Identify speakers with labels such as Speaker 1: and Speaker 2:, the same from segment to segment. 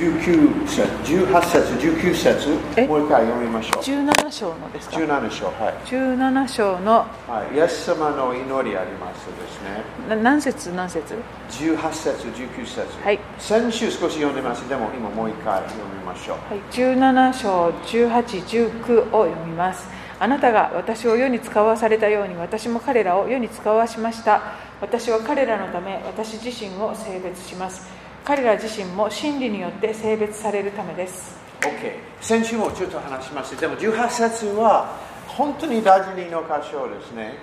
Speaker 1: 19節18節19
Speaker 2: え
Speaker 1: 節もう一回読みましょう
Speaker 2: 17章のですか
Speaker 1: 17章はい
Speaker 2: 17章の
Speaker 1: はい、イエス様の祈りありますですね。
Speaker 2: な何節何節
Speaker 1: 18節、19節。
Speaker 2: はい
Speaker 1: 先週少し読んでます。でも今もう一回読みましょう。
Speaker 2: はい、17章1819を読みますあなたが私を世に使わされたように私も彼らを世に使わしました私は彼らのため私自身を性別します彼ら自身も真理によって性別されるためです
Speaker 1: OK。先週もちょっと話しました。でも18節は本当に大事の箇所ですね。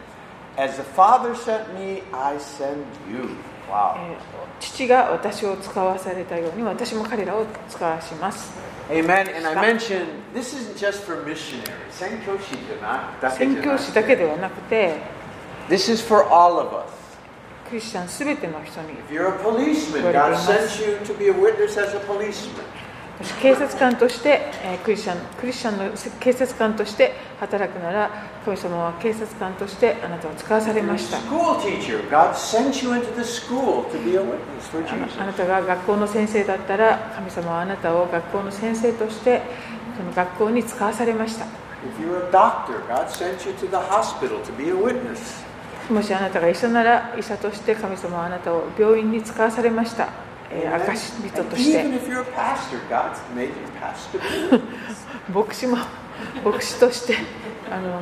Speaker 1: As the Father sent me, I send you.
Speaker 2: え
Speaker 1: Wow.
Speaker 2: ー父が私を使わされたように私も彼らを使わします
Speaker 1: Amen. And I mentioned this isn't just for missionaries. 宣教師じゃない。
Speaker 2: 宣教師だけではなくて
Speaker 1: This is for all of us.
Speaker 2: クリスチャン全ての人に
Speaker 1: If you're a policeman,
Speaker 2: 言わ
Speaker 1: God
Speaker 2: れています。
Speaker 1: sent you to be a witness as a policeman.
Speaker 2: もし警察官として、えークリスチャンクリスチャンの警察官として働くなら神様は警察官としてあなたを使わされました
Speaker 1: School teacher, God sent you into the school to be a witness for
Speaker 2: あの
Speaker 1: Jesus.
Speaker 2: あなたが学校の先生だったら神様はあなたを学校の先生としてその学校に使わされました
Speaker 1: If you're a doctor, God sent you to the hospital to be a witness.
Speaker 2: もしあなたが医者なら医者として神様はあなたを病院に使わされました、えー
Speaker 1: Amen.
Speaker 2: 証人
Speaker 1: And
Speaker 2: として
Speaker 1: even if you're a pastor, God's made you pastor.
Speaker 2: 牧師も牧師としてあの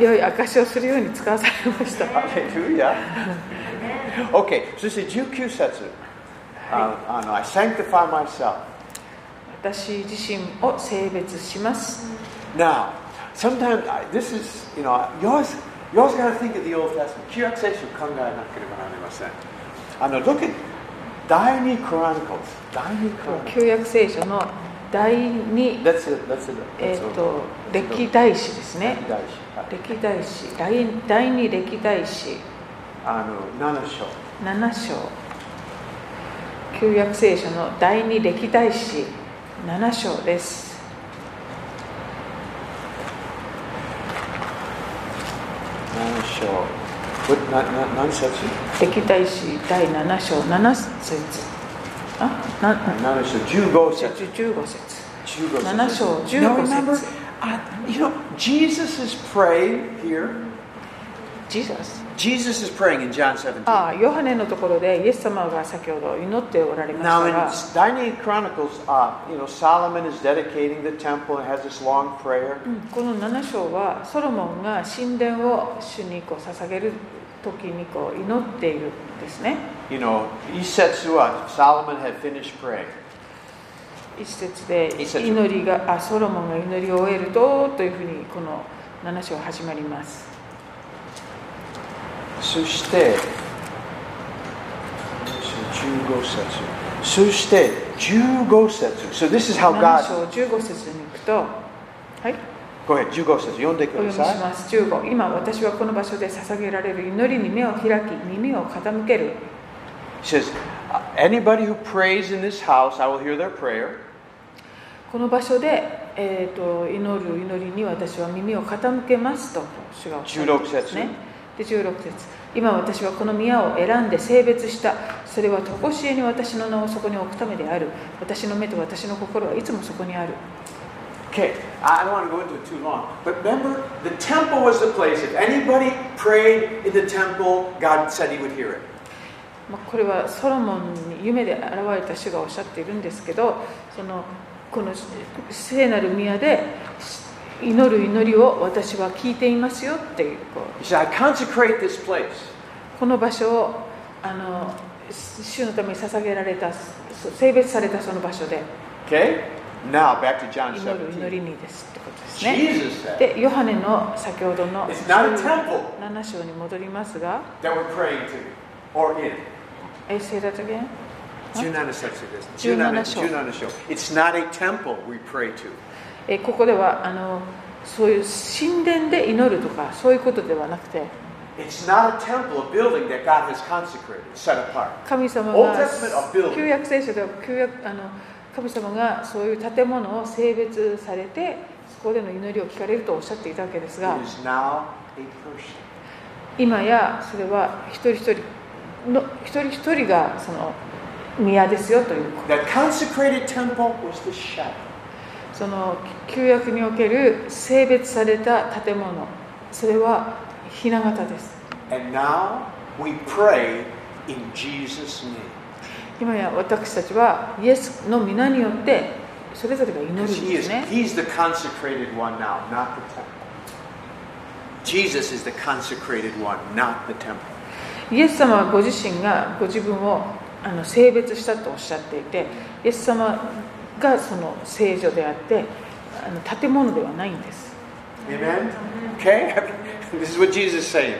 Speaker 2: 良い証をするように使わされました
Speaker 1: Hallelujah. Okay, so this is 19 setsu. Uh, uh, no, I sanctify myself.
Speaker 2: 私自身を性別します、
Speaker 1: Now, sometimes I, this is, you know, yours, yours got to think of the Old Testament. 旧約聖書考えなければなりません。あの、どけ、第二クランコス、第二クランコス。
Speaker 2: 旧約聖書の第2、
Speaker 1: That's it, that's it.
Speaker 2: えー、と
Speaker 1: That's all.
Speaker 2: 歴代史ですね
Speaker 1: 歴代史はい
Speaker 2: 歴代史第第2歴代史
Speaker 1: あの、7章。
Speaker 2: 7章旧約聖書の第2歴代史7章です
Speaker 1: 7章。これなな何節
Speaker 2: 歴代史第7章7節あなな
Speaker 1: ?7 章、15節。
Speaker 2: 15節
Speaker 1: 15
Speaker 2: 7
Speaker 1: 節。
Speaker 2: 章
Speaker 1: Now
Speaker 2: 15
Speaker 1: remember,
Speaker 2: 節
Speaker 1: uh, you know, Jesus is praying here.
Speaker 2: Jesus
Speaker 1: Jesus is praying in John 17.
Speaker 2: ああヨハネのところでイエス様が先ほど祈っておられまし
Speaker 1: Now
Speaker 2: た
Speaker 1: in
Speaker 2: が
Speaker 1: Dining Chronicles, uh, you know Solomon is dedicating the temple and has this long prayer.
Speaker 2: この7章はソロモンが神殿を主にこう捧げる時にこう祈っているんですね
Speaker 1: You know, he sets to us. Solomon had finished praying.
Speaker 2: 一節で
Speaker 1: 一節
Speaker 2: 祈りがあソロモンが祈りを終えるとというふうにこの7章始まります
Speaker 1: そして15節そして15節 So this is how
Speaker 2: 7
Speaker 1: God
Speaker 2: 章15節に行くとはい
Speaker 1: ごめん15節読んでく
Speaker 2: お読
Speaker 1: だ
Speaker 2: みし
Speaker 1: さい
Speaker 2: ます15今私はこの場所で捧げられる祈りに目を開き耳を傾ける
Speaker 1: He says "Uh, Anybody who prays in this house I will hear their prayer
Speaker 2: この場所で、えー、と祈る祈りに私は耳を傾けますと主がおっしゃるんですね。で16節今私はこの宮を選んで性別したそれは常しえに私の名をそこに置くためである私の目と私の心はいつもそこにある
Speaker 1: Okay, I I don't want to go into it too long, but remember, the temple was the place. If anybody prayed in the temple, God said He would hear it.
Speaker 2: まあこれはソロモンに夢で現れた主がおっしゃっているんですけどそのこの聖なる宮で祈る祈りを私は聞いていますよっていうこう
Speaker 1: He said, I consecrate this place.
Speaker 2: この場所をあの主のために捧げられたそ性別されたその場所で
Speaker 1: Okay, now back to John
Speaker 2: 祈る祈り
Speaker 1: 17.
Speaker 2: にですってことですね
Speaker 1: Jesus said,
Speaker 2: でヨハネの先ほどの
Speaker 1: It's not a temple
Speaker 2: 7章に戻りますが
Speaker 1: that we're praying to or in.
Speaker 2: え say that again?
Speaker 1: 17 section of this.
Speaker 2: 17
Speaker 1: 17 show. It's not a temple we pray to.
Speaker 2: えここではあのそういう神殿で祈るとかそういうことではなくて
Speaker 1: It's not a temple, a building that God has consecrated, set apart.
Speaker 2: 神様
Speaker 1: Old
Speaker 2: が
Speaker 1: Testament or building?
Speaker 2: 旧約聖書では旧約あの神様がそういう建物を性別されてそこでの祈りを聞かれるとおっしゃっていたわけですが
Speaker 1: It is now a person.
Speaker 2: 今やそれは一人一人の一人一人がその宮ですよという
Speaker 1: That consecrated temple was the shadow.
Speaker 2: その旧約における性別された建物それは雛形です
Speaker 1: And now we pray in Jesus' name.
Speaker 2: 今や私たちはイエスの皆によってそれぞれが祈るん
Speaker 1: Because he
Speaker 2: で
Speaker 1: is
Speaker 2: すね
Speaker 1: he's the consecrated one now, not the temple. Jesus is the consecrated one, not the temple.
Speaker 2: イエス様はご自身がご自分をあの性別したとおっしゃっていてイエス様がその聖女であってあの建物ではないんです
Speaker 1: Amen? Okay? this is what Jesus is saying.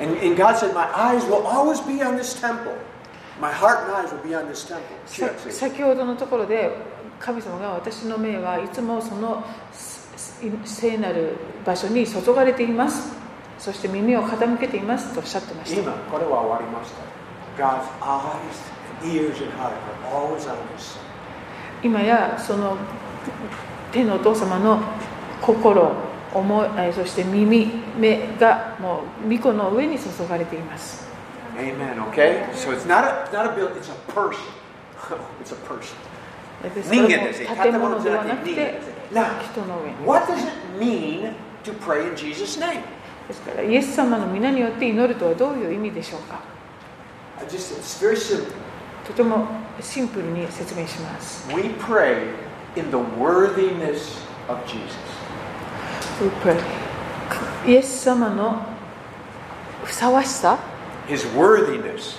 Speaker 1: And, and God said, My eyes will always be on this temple. My heart and eyes will be on this temple.
Speaker 2: さ先ほどのところで神様が私の目はいつもそのすす聖なる場所に注がれていますそして耳を傾けていますとおっしゃってました
Speaker 1: God's eyes, ears, and heart are always on this temple.
Speaker 2: 今やその天のお父様の心思いえーそして耳目がもう巫女の上に注がれています
Speaker 1: Amen. Okay. So it's not a it's not a building. It's a person. it's a person.
Speaker 2: ですから
Speaker 1: 人
Speaker 2: もう
Speaker 1: 間ですね
Speaker 2: 建物ではなく
Speaker 1: 建物じゃ
Speaker 2: て
Speaker 1: なくて
Speaker 2: 人の上
Speaker 1: What does it mean to pray in Jesus' name?
Speaker 2: ですからイエス様の皆によって祈るとはどういう意味でしょうか
Speaker 1: I just it's very simple.
Speaker 2: とてもシンプルに説明します
Speaker 1: We pray in the worthiness of Jesus.
Speaker 2: We pray. イエス様のふさわしさ
Speaker 1: His worthiness.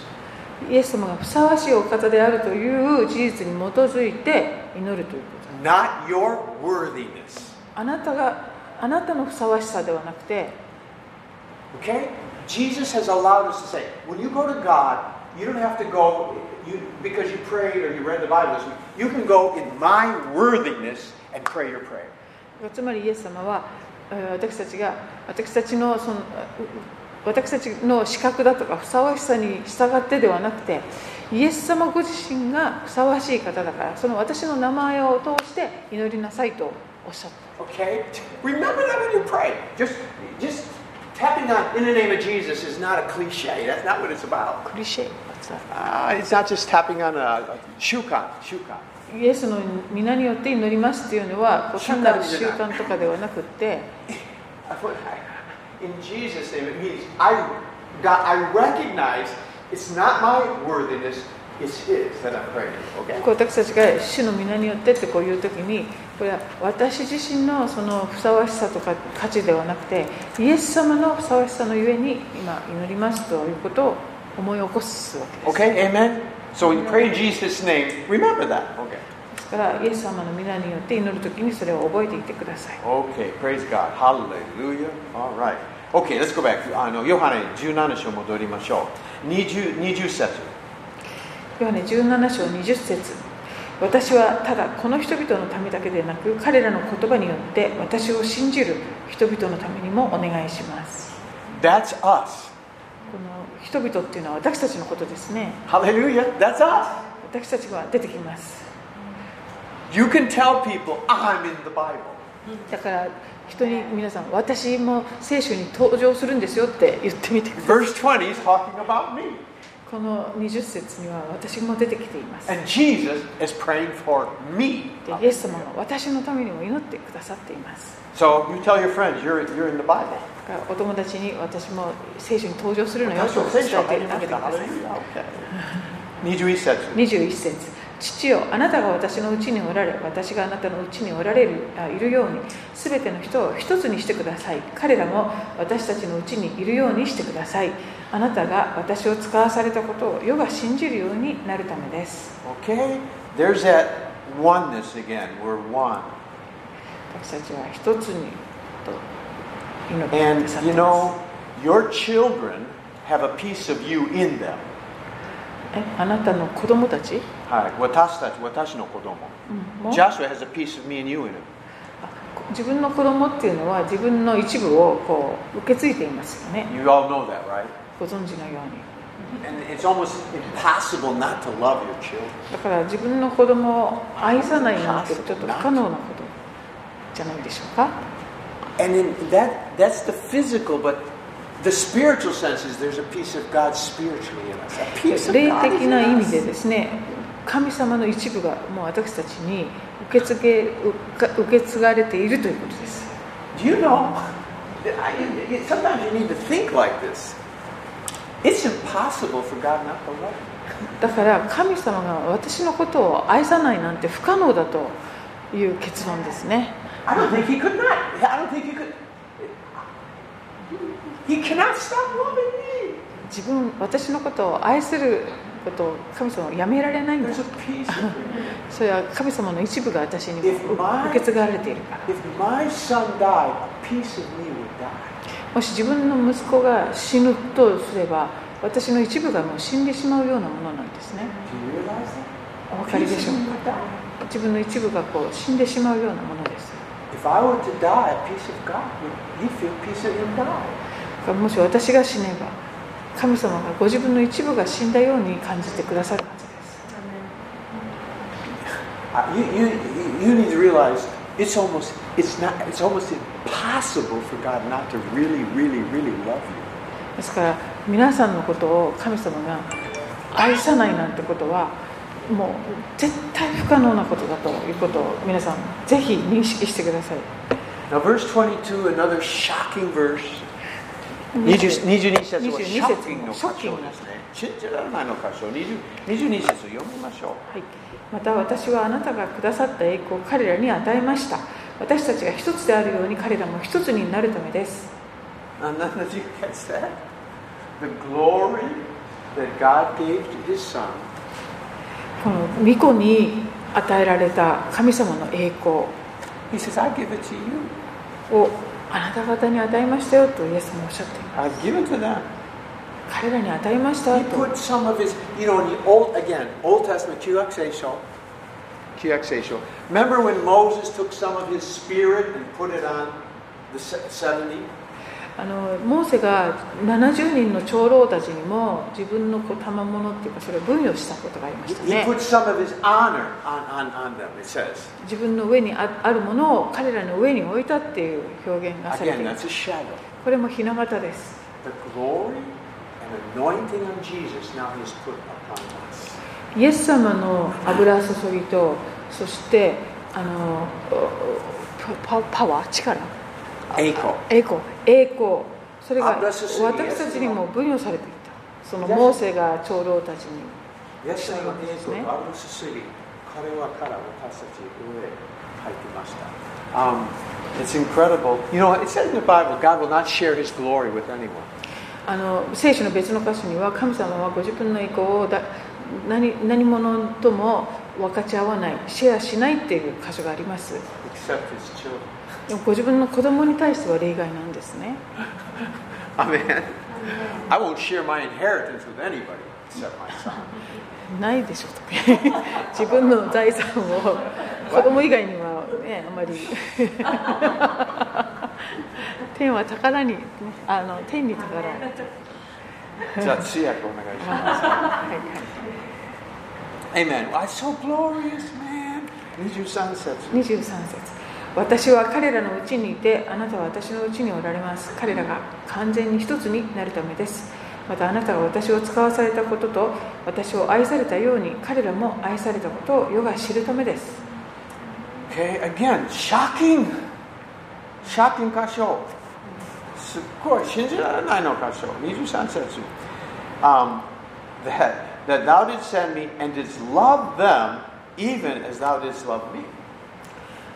Speaker 2: イエス様がふさわしいお方であるという事実に基づいて祈るということ
Speaker 1: Not your worthiness.
Speaker 2: あなたがあなたのふさわしさではなくて
Speaker 1: Okay? Jesus has allowed us to say, when you go to God, you don't have to go you, because you prayed or you read the Bible. this week. You can go in my worthiness and pray your prayer.
Speaker 2: つまりイエス様はえー私たちが私たちのそのうう私たちの資格だとかふさわしさに従ってではなくてイエス様ご自身がふさわしい方だからその私の名前を通して祈りなさいとおっしゃった
Speaker 1: Okay? Remember that when you pray. Just just tapping on in the name of Jesus is not a cliche. That's not what it's about.
Speaker 2: クリシェ What's that?
Speaker 1: Uh, it's not just tapping on a, a shukan, shukan.
Speaker 2: イエスの皆によって祈りますっていうのはこう
Speaker 1: 習慣
Speaker 2: 単なる
Speaker 1: じ
Speaker 2: 習
Speaker 1: ゃない
Speaker 2: 慣とかではなくって
Speaker 1: In Jesus' name, it means I, God, I recognize it's not my worthiness, it's His that I'm praying. Okay?
Speaker 2: こう私たちが主の皆によってってこういう時にこれは私自身のそのふさわしさとか価値ではなくてイエス様のふさわしさのゆえに今祈りますということを思い起こすわけで
Speaker 1: Okay,
Speaker 2: す、
Speaker 1: amen? So when you pray in Jesus' name, remember that. Okay.
Speaker 2: ですからイエス様の皆によって祈る時にそれを覚えていてください
Speaker 1: Okay, praise God. Hallelujah. All right. Okay, let's go back. Ah, あのヨハネ17章戻りましょう。20, 20節。
Speaker 2: ヨハネ17章20節私はただこの人々のためだけでなく彼らの言葉によって私を信じる人々のためにもお願いします
Speaker 1: That's us.
Speaker 2: この人々っていうのは私たちのことですね
Speaker 1: Hallelujah. That's us.
Speaker 2: 私たちが出てきます
Speaker 1: You can tell people, I'm in the Bible.
Speaker 2: だから人に皆さん私も聖書に登場するんですよって言ってみてください
Speaker 1: Verse 20 is talking about me.
Speaker 2: この20節には私も出てきていますで
Speaker 1: And Jesus is praying for me.
Speaker 2: イエス様が私のためにも祈ってくださっています
Speaker 1: So you tell your friends, you're, you're in the Bible.
Speaker 2: だからお友達に私も聖書に登場するのよと伝えてあげてくださ
Speaker 1: Hallelujah.
Speaker 2: い
Speaker 1: Okay. 21節。
Speaker 2: 21節父よあなたが私のうちにおられ私があなたのうちにおられるあいるようにすべての人を一つにしてください彼らも私たちのうちにいるようにしてくださいあなたが私を使わされたことを世が信じるようになるためです
Speaker 1: Okay, there's that oneness again. We're one.
Speaker 2: 私たちは一つにと祈ってく
Speaker 1: And
Speaker 2: ださってい
Speaker 1: you
Speaker 2: ま
Speaker 1: know, your children have a piece of you in them.
Speaker 2: すえあなたの子供たち、
Speaker 1: はい。私たち、私の子供。
Speaker 2: うんも
Speaker 1: Joshua has a piece of me and you in him.
Speaker 2: あ自分の子供っていうのは自分の一部をこう受け継いでいますよね
Speaker 1: You all know that, right?
Speaker 2: ご存知のように
Speaker 1: And it's almost impossible not to love your children.
Speaker 2: だから自分の子供を愛さないなんてちょっと不可能なことじゃないでしょうか
Speaker 1: And in that that's the physical, but the spiritual sense is there's a piece of God spiritually in us. A piece of
Speaker 2: 霊
Speaker 1: God is
Speaker 2: 的な意
Speaker 1: in
Speaker 2: 味で
Speaker 1: us.
Speaker 2: ですね神様の一部がもう私たちに受け継げ受け継がれているということです
Speaker 1: Do you know? I, you- you- sometimes you need to think like this. It's impossible for God not to love you.
Speaker 2: だから神様が私のことを愛さないなんて不可能だという結論ですね
Speaker 1: I don't think He could not. I don't think He could. He cannot stop loving me.
Speaker 2: 自分私のことを愛することを神様はやめられないんだ
Speaker 1: There's a peace. within me.
Speaker 2: それは神様の一部が私に
Speaker 1: If my-
Speaker 2: 受け継がれているから
Speaker 1: If my son died, a piece of me would die.
Speaker 2: もし自分の息子が死ぬとすれば私の一部がもう死んでしまうようなものなんですね
Speaker 1: Do you realize that?
Speaker 2: お分
Speaker 1: A
Speaker 2: かりで
Speaker 1: piece
Speaker 2: しょ
Speaker 1: of
Speaker 2: う
Speaker 1: me would die.
Speaker 2: か自分の一部がこう死んでしまうようなものです
Speaker 1: If I were to die, a piece of God would. He'd feel a piece of him die.
Speaker 2: だからもし私が死ねば神様がご自分の一部が死んだように感じてくださるはずです
Speaker 1: Uh, You, you, you- you need to realize it's almost it's not it's almost impossible for God not to really really really love you.
Speaker 2: ですから皆さんのことを神様が愛さないなんてことはもう絶対不可能なことだということを皆さんぜひ認識してください
Speaker 1: Now, verse 22, another shocking verse.
Speaker 2: 22
Speaker 1: 22節は
Speaker 2: 22
Speaker 1: シ
Speaker 2: 節
Speaker 1: ョッキングの箇所ですね。信じられないの箇所。20 22節を読みましょう。
Speaker 2: はい、また私はあなたがくださった栄光を彼らに与えました私たちが一つであるように彼らも一つになるためです
Speaker 1: And none of you gets that. The glory that God gave to his son
Speaker 2: この巫女に与えられた神様の栄光
Speaker 1: He says, I give it to you.
Speaker 2: をあなた方に与えましたよとイエスもおっしゃっています
Speaker 1: I give it to them.
Speaker 2: 彼らに与えました
Speaker 1: He
Speaker 2: と
Speaker 1: put some of his, you know, in the old again, Old Testament QXA QXA Remember when Moses took some of his spirit and put it on the se- seventy?
Speaker 2: あのモーセが70人の長老たちにも自分のこう賜物っていうかそれを分与したことがありま
Speaker 1: He,
Speaker 2: した
Speaker 1: he
Speaker 2: ね
Speaker 1: put some of his honor on, on, on them. It says
Speaker 2: 自分の上にああるものを彼らの上に置いたっていう表現がされて
Speaker 1: again,
Speaker 2: います
Speaker 1: that's a shadow.
Speaker 2: これも雛形です
Speaker 1: The glory and anointing on Jesus now He has put upon us.
Speaker 2: イエス様の油注ぎとそしてあのパパワー力
Speaker 1: Echo.
Speaker 2: 栄光栄光それが
Speaker 1: 油注ぎ
Speaker 2: 私たちにも分与されていたそのモーセが長老たちに
Speaker 1: イエス様の栄光
Speaker 2: ね
Speaker 1: と油注ぎ、彼はから私たちの上へ入っていました。Um, it's incredible. You know, it says in the Bible, God will not share his glory with anyone.
Speaker 2: あの聖書の別の箇所には神様はご自分の栄光をだ何何者とも分かち合わないシェアしないっていう箇所があります
Speaker 1: Except his children.
Speaker 2: でもご自分の子供に対しては例外なんですね
Speaker 1: Amen. I won't share my inheritance with anybody except my son.
Speaker 2: ないでしょうとか 自分の財産を子供以外にはねあまり 天は宝に、ね、あの天に宝はいはい
Speaker 1: じゃあ、通訳お願いします。Amen. Why so glorious, man? 23節。
Speaker 2: 23節私は彼らのうちにいてあなたは私のうちにおられます彼らが完全に一つになるためですまたあなたが私を使わされたことと私を愛されたように彼らも愛されたことを世が知るためです
Speaker 1: Okay, again, shocking. Shocking 箇所。すっごい信じられないの箇所。23節。Um, that, that thou didst send me and didst love them even as thou didst love me.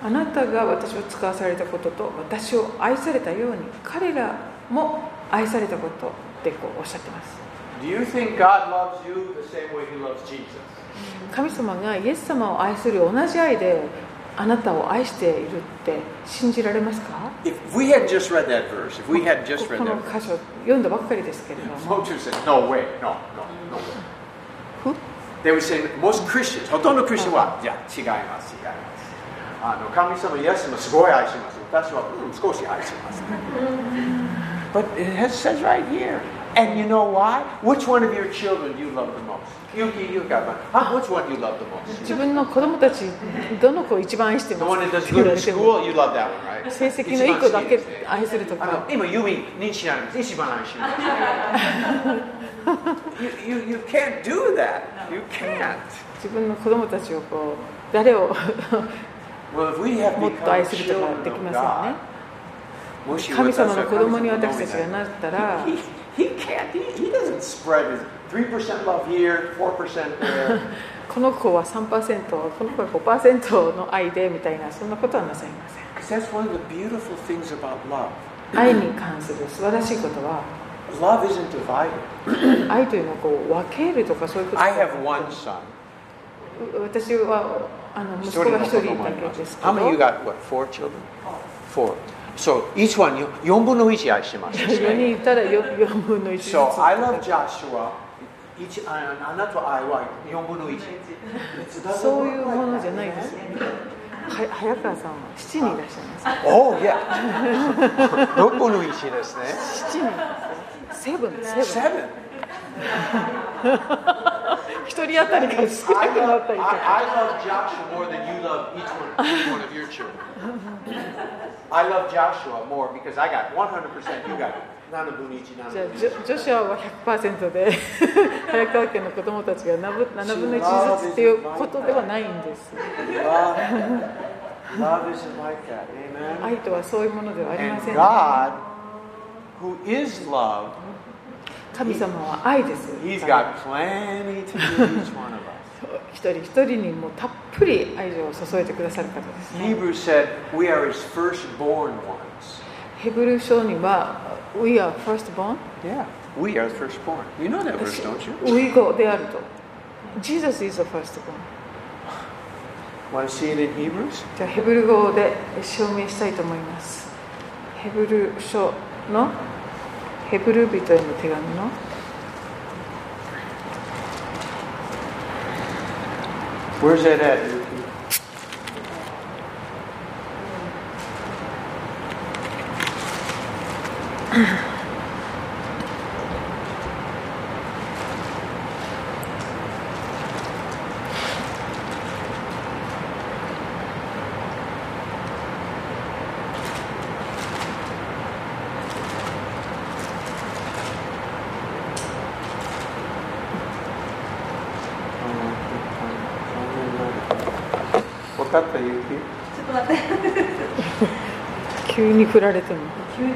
Speaker 2: あなたが私を使わされたことと私を愛されたように彼らも愛されたことってこうおっしゃってます
Speaker 1: Do you think God loves you the same way he loves Jesus?
Speaker 2: 神様がイエス様を愛する同じ愛であなたを愛しているって信じられますか
Speaker 1: If we had just read that verse, if we had
Speaker 2: こ
Speaker 1: just
Speaker 2: こ
Speaker 1: read
Speaker 2: の
Speaker 1: that
Speaker 2: 箇所読んだばっかりですけれど
Speaker 1: verse,
Speaker 2: も
Speaker 1: Moses said, no way, no, no, no way.
Speaker 2: ふ
Speaker 1: They were saying, most Christians, ほとんどクリスチャンは、いや、違います、違います。あの神様、イエスもすごい愛します。私は、うん、少し愛します。But it has- says right here. And you know why? Which one of your children do you love the most? Yuki, you got one. Huh? Which one do you love the most?
Speaker 2: 自分の子供たちどの子を一番愛して
Speaker 1: The
Speaker 2: ま
Speaker 1: one that
Speaker 2: す
Speaker 1: does
Speaker 2: って
Speaker 1: good in
Speaker 2: 言われても
Speaker 1: school, you love that one, right?
Speaker 2: 成績のいい子だけ愛すると
Speaker 1: あの
Speaker 2: か
Speaker 1: 今、指認知なんです。一番 愛します。you, you, you can't do that. You can't.
Speaker 2: 自分の子供たちをこう誰を
Speaker 1: Well, if we have
Speaker 2: もっと愛
Speaker 1: become
Speaker 2: するとかは
Speaker 1: children
Speaker 2: でき
Speaker 1: of
Speaker 2: ません
Speaker 1: God,
Speaker 2: ね
Speaker 1: Mushi
Speaker 2: 神
Speaker 1: with us,
Speaker 2: 様の
Speaker 1: our
Speaker 2: 子供に
Speaker 1: Kami-sama
Speaker 2: 私たちが
Speaker 1: knowing
Speaker 2: なった
Speaker 1: that.
Speaker 2: ら
Speaker 1: He, he can't, he, he doesn't spread his 3% love here, 4% there.
Speaker 2: この子は3%この子は5%の愛でみたいなそんなことはなさいません
Speaker 1: Because that's one of the beautiful things about love.
Speaker 2: 愛に関する素晴らしいことは
Speaker 1: Love isn't divided.
Speaker 2: 愛というのはこう分けるとかそういうこと
Speaker 1: I have one son.
Speaker 2: う私はあの息子が一人いただけですけ
Speaker 1: How
Speaker 2: ど
Speaker 1: many of you got, what, four children? Four. So each one,
Speaker 2: 4
Speaker 1: 4分の1愛してますね。
Speaker 2: 人いたら 4, 4分の1ずつ
Speaker 1: So I love Joshua. 一ああなたと愛は4分の1。
Speaker 2: そういうものじゃないですよねは早川さんは7人いらっしゃいます
Speaker 1: おお、い や。6分の1ですね。
Speaker 2: 7人セブンセブン
Speaker 1: Seven.
Speaker 2: 一人当たりが少 な
Speaker 1: I
Speaker 2: く
Speaker 1: love,
Speaker 2: なった
Speaker 1: I,
Speaker 2: りとか
Speaker 1: I love Joshua more than you love each one, each one of your children. I love Joshua more because I got 100%, you got none of Bunichi, none
Speaker 2: じゃあ
Speaker 1: of
Speaker 2: ジョジョシュアは100%で早川家の子供たちが7分7分の1ずつっていうことではないんです
Speaker 1: Love, love isn't like that. Amen.
Speaker 2: 愛とはそういうものではありま
Speaker 1: And
Speaker 2: せん、
Speaker 1: God, who is love,
Speaker 2: 神様は愛です
Speaker 1: He's got plenty to give each one of us.
Speaker 2: 一人一人にもうたっぷり愛情を注いでくださる方ですね
Speaker 1: Hebrews said, "We are His firstborn ones."
Speaker 2: ヘブル書には「We are firstborn
Speaker 1: Yeah, we are the firstborn. You know that verse, don't you?」
Speaker 2: 「We go」であると「Jesus is the firstborn
Speaker 1: Want to see it in Hebrews?」
Speaker 2: じゃあヘブル語で証明したいと思いますヘブル書のヘブル人への手紙の
Speaker 1: Where's that at? Yuki? What got the Yuki?
Speaker 3: ちょっと待って。
Speaker 2: 急に振られても
Speaker 3: 急に。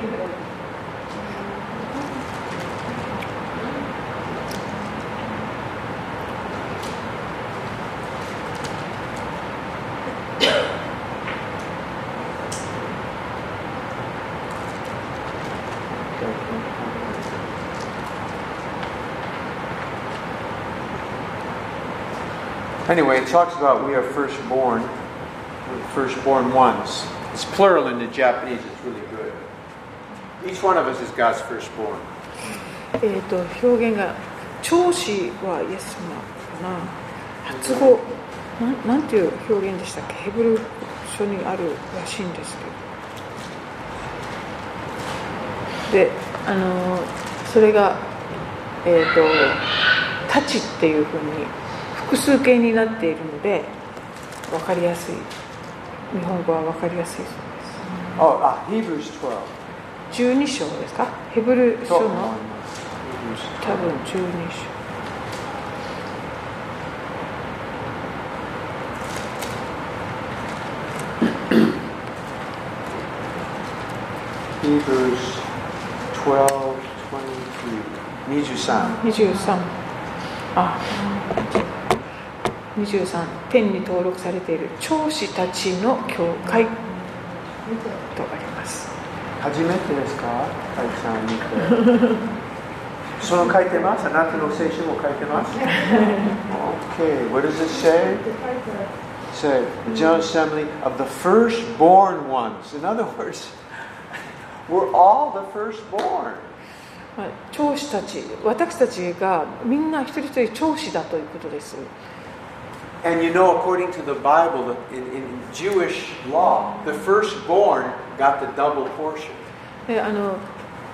Speaker 1: Anyway, it talks about we are firstborn, we're firstborn ones. It's plural in the Japanese, it's really good. Each one of us is God's firstborn.
Speaker 2: えっ、と表現が長子はイエス様かな発語なんなんていう表現でしたっけヘブル書にあるらしいんですけどであのそれがえっ、と「たち」っていうふうに複数形になっているので分かりやすい日本語は分かりやすいそうです
Speaker 1: Oh, ah, Hebrews 12.
Speaker 2: 12章ですかヘブル書
Speaker 1: 12.
Speaker 2: の
Speaker 1: Hebrews
Speaker 2: 多分12章
Speaker 1: Hebrews 12, 23. 23.
Speaker 2: 23あ23天に登録されている長子たちの教会とあります
Speaker 1: 初めてですか会さん見てその書いてますあなたの聖書も書いてます ?OK What does it say? Say the general assembly of the firstborn ones In other words We're all the firstborn
Speaker 2: まあ長子たち私たちがみんな一人一人長子だということです
Speaker 1: And you know according to the Bible in, in Jewish law the firstborn got the double portion
Speaker 2: であの、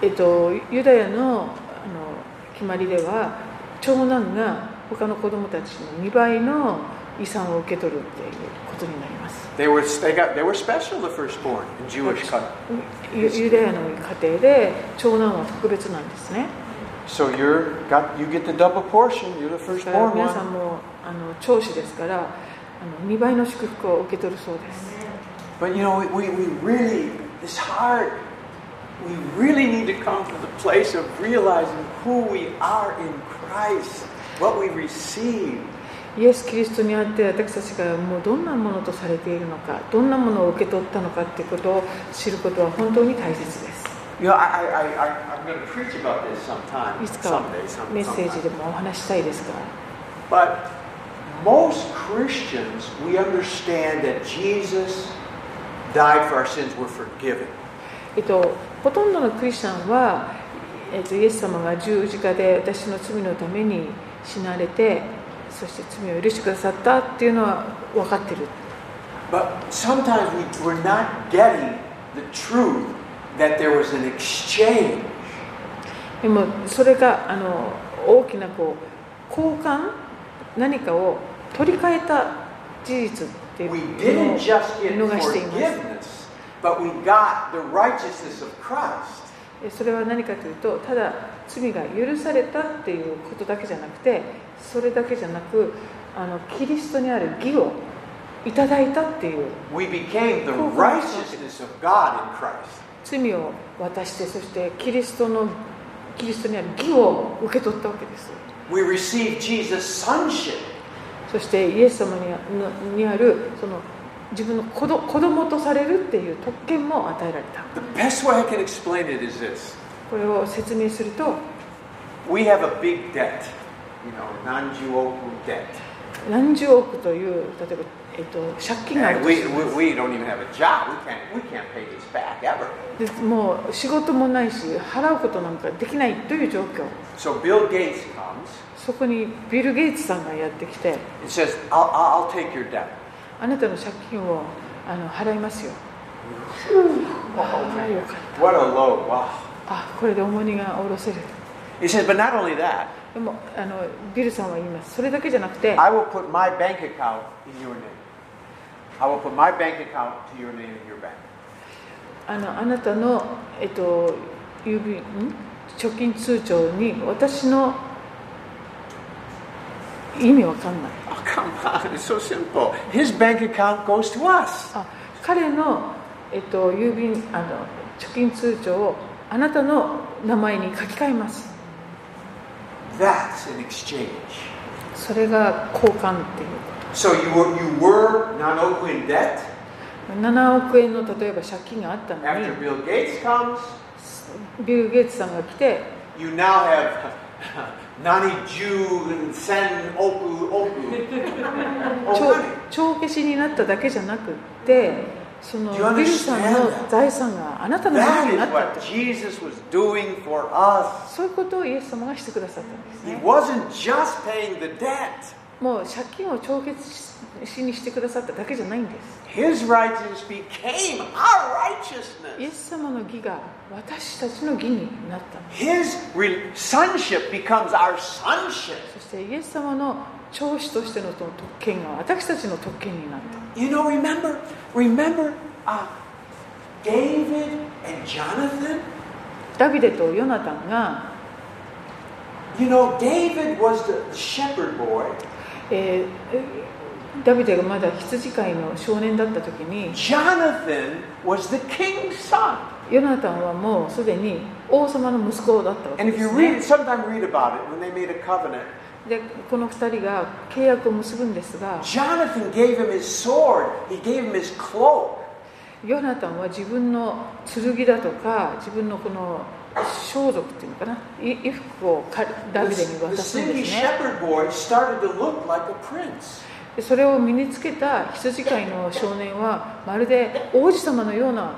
Speaker 2: えっと、ユダヤのあの決まりでは長男が他の子供たちの2倍の遺産を受け取るっていうことになります
Speaker 1: They were, they got, they were special the firstborn in Jewish culture
Speaker 2: ユユダヤの家庭で長男は特別なんですね
Speaker 1: So you're got you get the double portion. You're the
Speaker 2: ですから
Speaker 1: firstborn
Speaker 2: 皆さん
Speaker 1: one.
Speaker 2: もあの長子ですからあの2倍の祝福を受け取るそうです
Speaker 1: But you know, we, we really it's hard. We really need to come to the place of realizing who we are in Christ, what we receive.
Speaker 2: イエス・キリストにあって私たちがもうどんなものとされているのかどんなものを受け取ったのかっていうことを知ることは本当に大切です
Speaker 1: You know, I, I, I, I I'm going to preach about this sometime,
Speaker 2: いつか
Speaker 1: someday, some,
Speaker 2: メッセー
Speaker 1: sometime.
Speaker 2: ジでもお話したいですから
Speaker 1: But most Christians, we understand that Jesus died for our sins, we're forgiven.
Speaker 2: えっと、ほとんどのクリスチャンは、えっと、イエス様が十字架で私の罪のために死なれてそして罪を許してくださったっていうのは分かってる
Speaker 1: But sometimes we, we're not getting the truth that there was an exchange.
Speaker 2: でもそれがあの大きなこう交換何かを取り替えた事実っていう
Speaker 1: We
Speaker 2: のを
Speaker 1: didn't just get
Speaker 2: 見逃しています
Speaker 1: forgiveness, but we got the righteousness of Christ.
Speaker 2: えそれは何かというとただ罪が許されたっていうことだけじゃなくてそれだけじゃなくあのキリストにある義をいただいたっていう
Speaker 1: We became the
Speaker 2: Cool.
Speaker 1: righteousness of God in Christ.
Speaker 2: 罪を渡してそしてキリストのキリストにある義を受け取ったわけです
Speaker 1: We received Jesus' sonship.
Speaker 2: そしてイエス様にあのにあるその自分の子ど子供とされるっていう特権も与えられた
Speaker 1: The best way I can explain it is this.
Speaker 2: これを説明すると
Speaker 1: We have a big debt, you know, non-Jewish debt.
Speaker 2: 何十億という例えば、えっと、借金がある
Speaker 1: And
Speaker 2: とし
Speaker 1: we,
Speaker 2: ま
Speaker 1: we,
Speaker 2: す
Speaker 1: we don't even have a job. We can't, we can't pay this back ever.
Speaker 2: でもう仕事もないし払うことなんかできないという状況
Speaker 1: So Bill Gates comes
Speaker 2: そこにビル・ゲイツさんがやってきて
Speaker 1: and says, I'll, I'll I'll take your debt.
Speaker 2: あなたの借金をあの払いますよああよかった
Speaker 1: What a load. Wow.
Speaker 2: あこれで重荷が下ろせる
Speaker 1: He says, but not only that,
Speaker 2: でもあのビルさんは言いますそれだけじゃなくて
Speaker 1: I will put my bank account in your name. I will put my bank account to your name and your bank.
Speaker 2: あのあなたの、えっと、郵便ん貯金通帳に私の意味わかんない
Speaker 1: Oh, come on. It's so simple. His bank account goes to us.
Speaker 2: あ彼の、えっと、郵便あの貯金通帳をあなたの名前に書き換えます
Speaker 1: That's an exchange.
Speaker 2: それが交換っていう
Speaker 1: So you were, you were not in debt.
Speaker 2: 7億円の例えば借金があったのに
Speaker 1: After Bill Gates comes,
Speaker 2: ビル・ゲイツさんが来て
Speaker 1: you now have Nani Jew and Sen Oh, Opu Opu.
Speaker 2: 帳
Speaker 1: Opu.
Speaker 2: 帳消しになっただけじゃなくってその
Speaker 1: You understand
Speaker 2: ビルさんの財産があなたのもの
Speaker 1: That
Speaker 2: にな
Speaker 1: is
Speaker 2: った
Speaker 1: what
Speaker 2: と
Speaker 1: Jesus was doing for us.
Speaker 2: そういうことをイエス様がしてくださったんです
Speaker 1: He
Speaker 2: ね
Speaker 1: wasn't just paying the debt.
Speaker 2: もう借金を帳消しにしてくださっただけじゃないんです
Speaker 1: His righteousness became our
Speaker 2: イエ
Speaker 1: righteousness.
Speaker 2: ス様の義が私たちの義になったの
Speaker 1: His re- sonship becomes our sonship.
Speaker 2: そしてイエス様の長子としての特権が私たちの特権になった
Speaker 1: You know, remember, remember uh, David and Jonathan?
Speaker 2: ダビデとヨナタンが、
Speaker 1: You know, David was the shepherd boy.
Speaker 2: えーダビデがまだ羊飼いの少年だった時に
Speaker 1: Jonathan was the king's son.
Speaker 2: ヨナタンはもうすでに王様の息子だったわけ
Speaker 1: And
Speaker 2: で
Speaker 1: if you
Speaker 2: す、
Speaker 1: read,
Speaker 2: ね、
Speaker 1: sometime read about it when they made a covenant.
Speaker 2: でこの2人が契約を結ぶんですが
Speaker 1: Jonathan gave him his sword. He gave him his cloak.
Speaker 2: ヨナタンは自分の剣だとか自分のこの装束っていうのかない衣服をかダビデ
Speaker 1: This,
Speaker 2: に
Speaker 1: the
Speaker 2: 渡すん
Speaker 1: city
Speaker 2: ですね
Speaker 1: shepherd boy started to look like a prince.
Speaker 2: でそれを身につけた羊飼いの少年はまるで王子様のような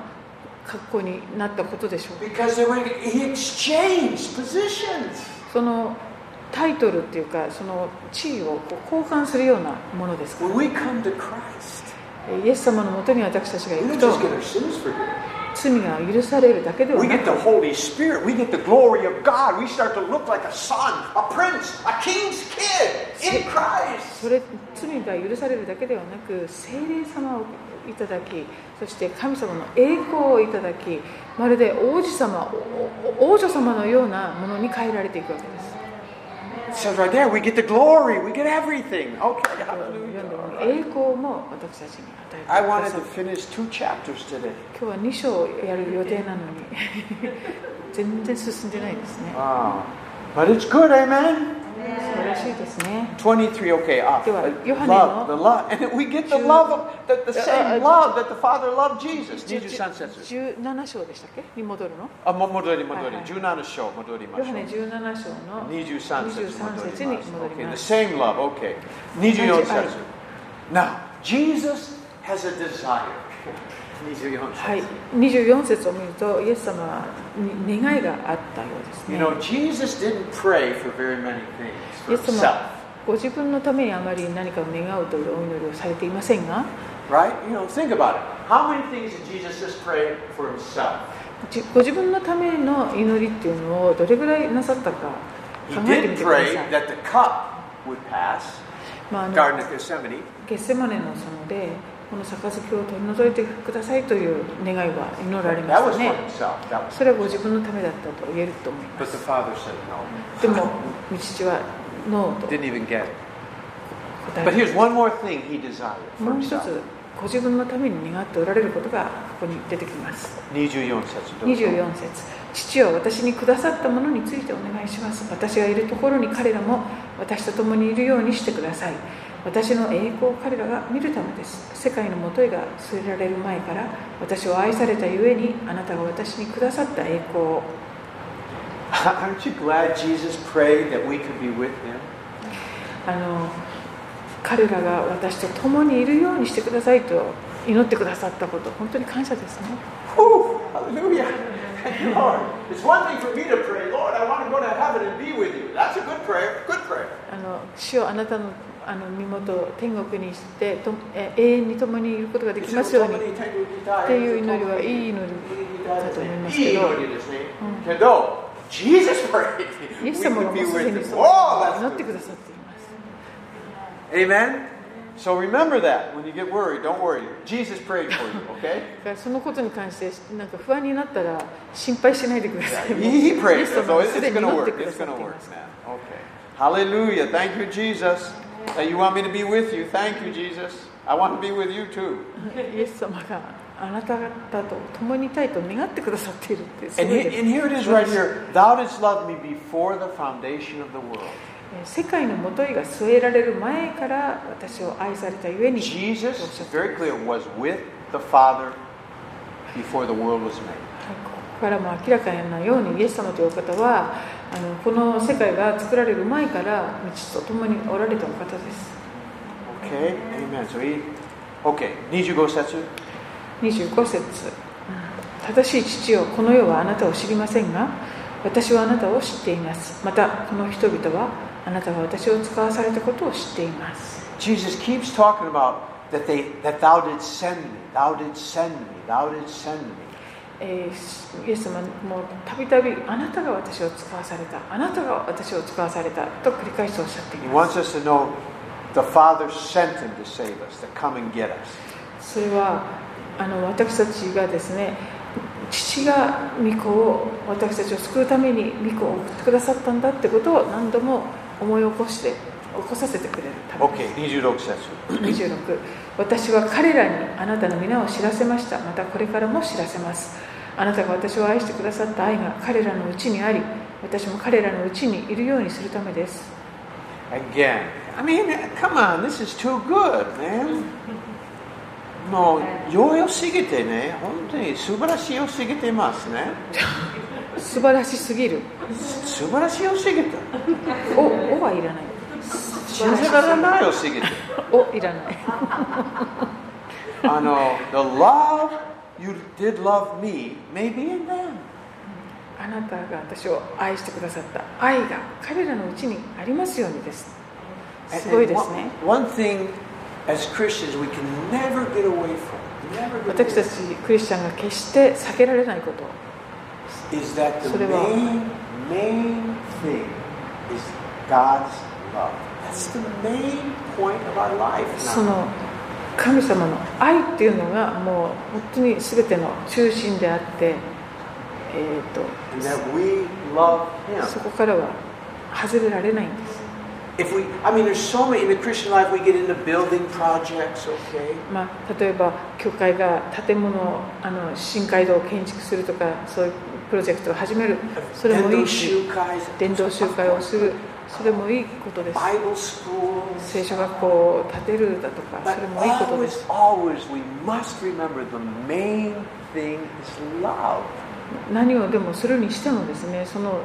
Speaker 2: 格好になったことでしょう
Speaker 1: Because they were, he exchanged positions.
Speaker 2: そのタイトルっていうかその地位をこう交換するようなものですから
Speaker 1: When we come to Christ,
Speaker 2: イエス様のもとに私たちが
Speaker 1: we
Speaker 2: 行く
Speaker 1: don't
Speaker 2: と
Speaker 1: just get our sins forgiven.
Speaker 2: 罪が許されるだけでは
Speaker 1: We
Speaker 2: な
Speaker 1: get the
Speaker 2: く
Speaker 1: Holy Spirit. We get the glory of God. We start to look like a son, a prince, a king's kid. in Christ.
Speaker 2: それ罪が許されるだけではなく聖霊様をいただきそして神様の栄光をいただきまるで王子様おお王女様のようなものに変えられていくわけです
Speaker 1: It says right there, we get the glory, we get everything. Okay,
Speaker 2: 読んで
Speaker 1: hallelujah.
Speaker 2: も
Speaker 1: all
Speaker 2: 栄
Speaker 1: right.
Speaker 2: 光も私たちに与
Speaker 1: I
Speaker 2: えて
Speaker 1: wanted
Speaker 2: くださ
Speaker 1: to
Speaker 2: る
Speaker 1: finish two chapters today.
Speaker 2: 今日は2章やる予定なのに 全然進んでないですね
Speaker 1: Wow. But it's good, amen?
Speaker 2: 素晴らしいですね
Speaker 1: 23, okay, off.
Speaker 2: Joo,
Speaker 1: Uh, love,
Speaker 2: Johannes, no? Uh,
Speaker 1: the love. And we get the
Speaker 2: Joo.
Speaker 1: love of, the, the
Speaker 2: Joo,
Speaker 1: same
Speaker 2: joo,
Speaker 1: love that the Father loved Jesus. 23 senses.
Speaker 2: 17章でしたっけに戻るの
Speaker 1: Ah, mo- modori, modori.
Speaker 2: Ai, ai.
Speaker 1: Junana show, modori
Speaker 2: ヨハネ
Speaker 1: masho.
Speaker 2: 17章の
Speaker 1: 23 senses,
Speaker 2: Niju-san
Speaker 1: modori
Speaker 2: setsu ni
Speaker 1: masho.
Speaker 2: modori
Speaker 1: Okay, the
Speaker 2: masu.
Speaker 1: same love, okay. 24
Speaker 2: Ai.
Speaker 1: senses. Now, Jesus has a desire. 24
Speaker 2: はい
Speaker 1: senses.、
Speaker 2: 24節を見ると、イエス様はに願いがあったようです
Speaker 1: You
Speaker 2: ね。
Speaker 1: know, Jesus didn't pray for very many things for
Speaker 2: イエス様
Speaker 1: himself,
Speaker 2: はご自分のためにあまり何かを願うというお祈りをされていませんが、
Speaker 1: right? You know, think about it. How many things did Jesus just pray for himself?
Speaker 2: じご自分のための祈りっていうのをどれぐらいなさったか
Speaker 1: He
Speaker 2: 考えてみ
Speaker 1: did
Speaker 2: てくだ
Speaker 1: pray
Speaker 2: さい。
Speaker 1: that the cup would pass,
Speaker 2: まあ、あ
Speaker 1: Garden
Speaker 2: の
Speaker 1: of Gethsemane,
Speaker 2: ゲッセマネの園で、この杯を取り除いてくださいという願いは祈られ
Speaker 1: but
Speaker 2: ま
Speaker 1: that was for
Speaker 2: したね。
Speaker 1: himself. That was
Speaker 2: それはご自分のためだったと言えると思いま
Speaker 1: but the
Speaker 2: す。
Speaker 1: Father said no.
Speaker 2: でも、道父はノーと答
Speaker 1: Didn't even get it.
Speaker 2: え
Speaker 1: But here's one more thing he desired for
Speaker 2: もう一
Speaker 1: himself.
Speaker 2: つ、ご自分のために願っておられることがここに出てきます。
Speaker 1: 24節どうぞ
Speaker 2: 24節父は私にくださったものについてお願いします。私がいるところに彼らも私と共にいるようにしてください。私の栄光を彼らが見るためです。世界のもといが据えられる前から私を愛されたゆえにあなたが私にくださった栄光を。
Speaker 1: Aren't you glad Jesus prayed that we could be with him?
Speaker 2: あの彼らが私と共にいるようにしてくださいと祈ってくださったこと、本当に感謝ですね。
Speaker 1: Whew, hallelujah. Thank you, Lord. It's one thing for me to pray, Lord, I want to go to heaven and be with you. That's a good prayer. Good prayer.
Speaker 2: あの主をあなたのあの身元を天国にしてとえ永遠に共にいることができますようにっ
Speaker 1: It's a totally taken-
Speaker 2: ていう祈りはいい祈り
Speaker 1: taken-
Speaker 2: いい祈りだと思いますけど。
Speaker 1: いい祈りですね。けど、Jesus prayed
Speaker 2: イ
Speaker 1: we
Speaker 2: エス様が
Speaker 1: could
Speaker 2: も
Speaker 1: be
Speaker 2: うす
Speaker 1: with
Speaker 2: でに
Speaker 1: him.
Speaker 2: そう
Speaker 1: Whoa,
Speaker 2: 祈っ
Speaker 1: that's
Speaker 2: てく
Speaker 1: good.
Speaker 2: ださっています
Speaker 1: Amen. So remember that when you get worried, don't worry. Jesus prayed for you, okay?
Speaker 2: だからそのことに関してなんか不安になったら心配しないでください
Speaker 1: He, he
Speaker 2: イエ
Speaker 1: prayed.
Speaker 2: ス
Speaker 1: So
Speaker 2: 様は
Speaker 1: it's
Speaker 2: す
Speaker 1: going
Speaker 2: で
Speaker 1: to
Speaker 2: に祈って
Speaker 1: work.
Speaker 2: くだ
Speaker 1: It's
Speaker 2: さ
Speaker 1: going to
Speaker 2: ってい
Speaker 1: work,
Speaker 2: ます
Speaker 1: man. Okay. Hallelujah. Thank you, Jesus. That you want me to be with you. Thank you, Jesus. I want to be with you too.
Speaker 2: イエス様があなた方と共にいたいと願ってくださっているってすご
Speaker 1: And,
Speaker 2: いで
Speaker 1: he,
Speaker 2: す
Speaker 1: and here it is right here. Thou didst love me before the foundation of the world.
Speaker 2: えー世界のもといが据えられる前から私を愛されたゆえに
Speaker 1: Jesus,
Speaker 2: とおっしゃっています
Speaker 1: very clear, was with the Father before the world was made.
Speaker 2: はいここからも明らかなようにイエス様というお方はあのこの世界が作られる前から道と共におられたお方です
Speaker 1: Okay? Amen. So he, okay. Nijugo Setsu.
Speaker 2: 25節うん正しい父よこの世はあなたを知りませんが私はあなたを知っていますまたこの人々はあなたが私を使わされたことを知っています
Speaker 1: Jesus keeps talking about that they that thou didst send me, thou didst send me, thou didst send me.
Speaker 2: えーイエス様もたびたびあなたが私を使わされたあなたが私を使わされたと繰り返しておっしゃってい
Speaker 1: He
Speaker 2: ます
Speaker 1: wants us to know the Father sent him to save us, to come and get us.
Speaker 2: それはあの私たちがですね父が御子を私たちを救うために御子を送ってくださったんだってことを何度も思い起こして起こさせてくれるため
Speaker 1: Okay,
Speaker 2: です
Speaker 1: Nijugo Setsu.
Speaker 2: 26私は彼らにあなたの皆を知らせましたまたこれからも知らせますあなたが私を愛してくださった愛が彼らのうちにあり私も彼らのうちにいるようにするためです
Speaker 1: Again. I mean, come on, this is too good, man. もう、ようよすぎてね、本当に素晴らしよすぎてますね。素晴らしよすぎた。
Speaker 2: 素晴らしすぎるおおはいらない
Speaker 1: 信じられないよすぎて。
Speaker 2: おいらない
Speaker 1: あの、the love you did love me may be in them.
Speaker 2: あなたが私を愛してくださった愛が彼らのうちにありますようにですすごいですね
Speaker 1: One, one thing as Christians we can never get away from, never get
Speaker 2: 私た
Speaker 1: away
Speaker 2: ちクリスチャンが決して避けられないこと
Speaker 1: from, is that the
Speaker 2: それは-
Speaker 1: main, main thing is God's love. That's the main point of our life
Speaker 2: そ
Speaker 1: now.
Speaker 2: の神様の愛っていうのがもう本当に全ての中心であって、えー、と
Speaker 1: And that we love
Speaker 2: そ
Speaker 1: Him.
Speaker 2: こからは外れられないんです、
Speaker 1: If we, I mean, there's so many in the Christian life. We get into building projects, okay?
Speaker 2: まあ、例えば教会が建物をあの新街道を建築するとかそういうプロジェクトを始めるそれもいいし
Speaker 1: Dendoshukai,
Speaker 2: 伝道集会をするそれもいいことです
Speaker 1: Bible schools.
Speaker 2: 聖書学校を建てるだとか
Speaker 1: But
Speaker 2: それもいいことで
Speaker 1: always,
Speaker 2: す
Speaker 1: always, we must remember the main thing is love.
Speaker 2: 何をでもするにしてもですねその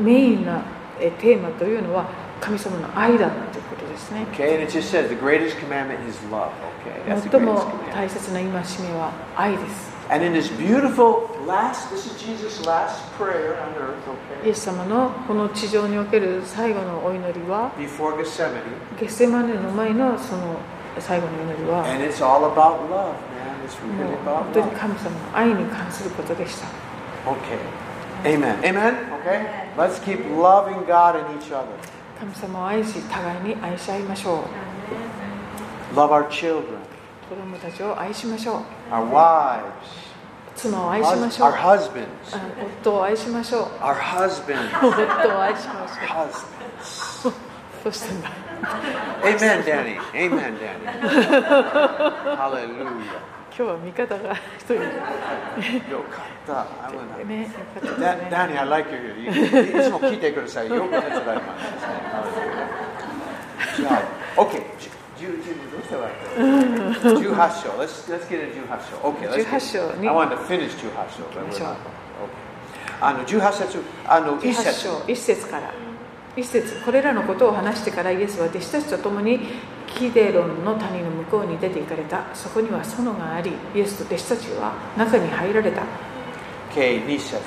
Speaker 2: メインなえテーマというのは神様の愛だということですね
Speaker 1: Okay, and it just says the greatest commandment is love. Okay, that's the
Speaker 2: 最
Speaker 1: greatest
Speaker 2: も
Speaker 1: commandment.
Speaker 2: 大切な戒めは愛です
Speaker 1: And in this beautiful last, this is Jesus' last prayer on earth,
Speaker 2: イエ
Speaker 1: okay?
Speaker 2: ス様のこの地上における最後のお祈りは
Speaker 1: Before Gethsemane.
Speaker 2: ゲセマネの前のその最後の祈りは
Speaker 1: And it's all about love, man. It's
Speaker 2: もう
Speaker 1: really
Speaker 2: 本
Speaker 1: about
Speaker 2: 当に
Speaker 1: love.
Speaker 2: 神様の愛に関することでした
Speaker 1: Okay. Amen. Amen? Okay? Let's keep loving God and each other.
Speaker 2: 神様を愛し互いに愛し合いましょう
Speaker 1: Love our children,
Speaker 2: 子供たちを愛しましょう
Speaker 1: our wives,
Speaker 2: 妻を愛しま
Speaker 1: hus-
Speaker 2: しょう
Speaker 1: our husbands,
Speaker 2: あ夫を愛しましょう
Speaker 1: our husbands,
Speaker 2: 夫を愛しまし
Speaker 1: husbands.
Speaker 2: ょうどうしたんだ
Speaker 1: Amen, Danny. Amen, Danny. Hallelujah.
Speaker 2: 今日は味方が一人
Speaker 1: よかった。I went out.
Speaker 2: ねよかったです
Speaker 1: だ
Speaker 2: ね
Speaker 1: Danny, I like you here. いいつも聞いてください。よく手伝います。じゃあ、OK。10どうしたらいいの ?18 章。Let's, let's get into 18章。OK。
Speaker 2: 18章に
Speaker 1: I want to finish 18章。but
Speaker 2: 行
Speaker 1: we're
Speaker 2: きましょう
Speaker 1: not. Ah, OK あの18節、あの1
Speaker 2: 18
Speaker 1: 節。
Speaker 2: 章1節から1節これらのことを話してからイエスは弟子たちと共にキデロンの谷の向こうに出て行かれたそこには園がありイエスと弟子たちは中に入られた
Speaker 1: OK、2節。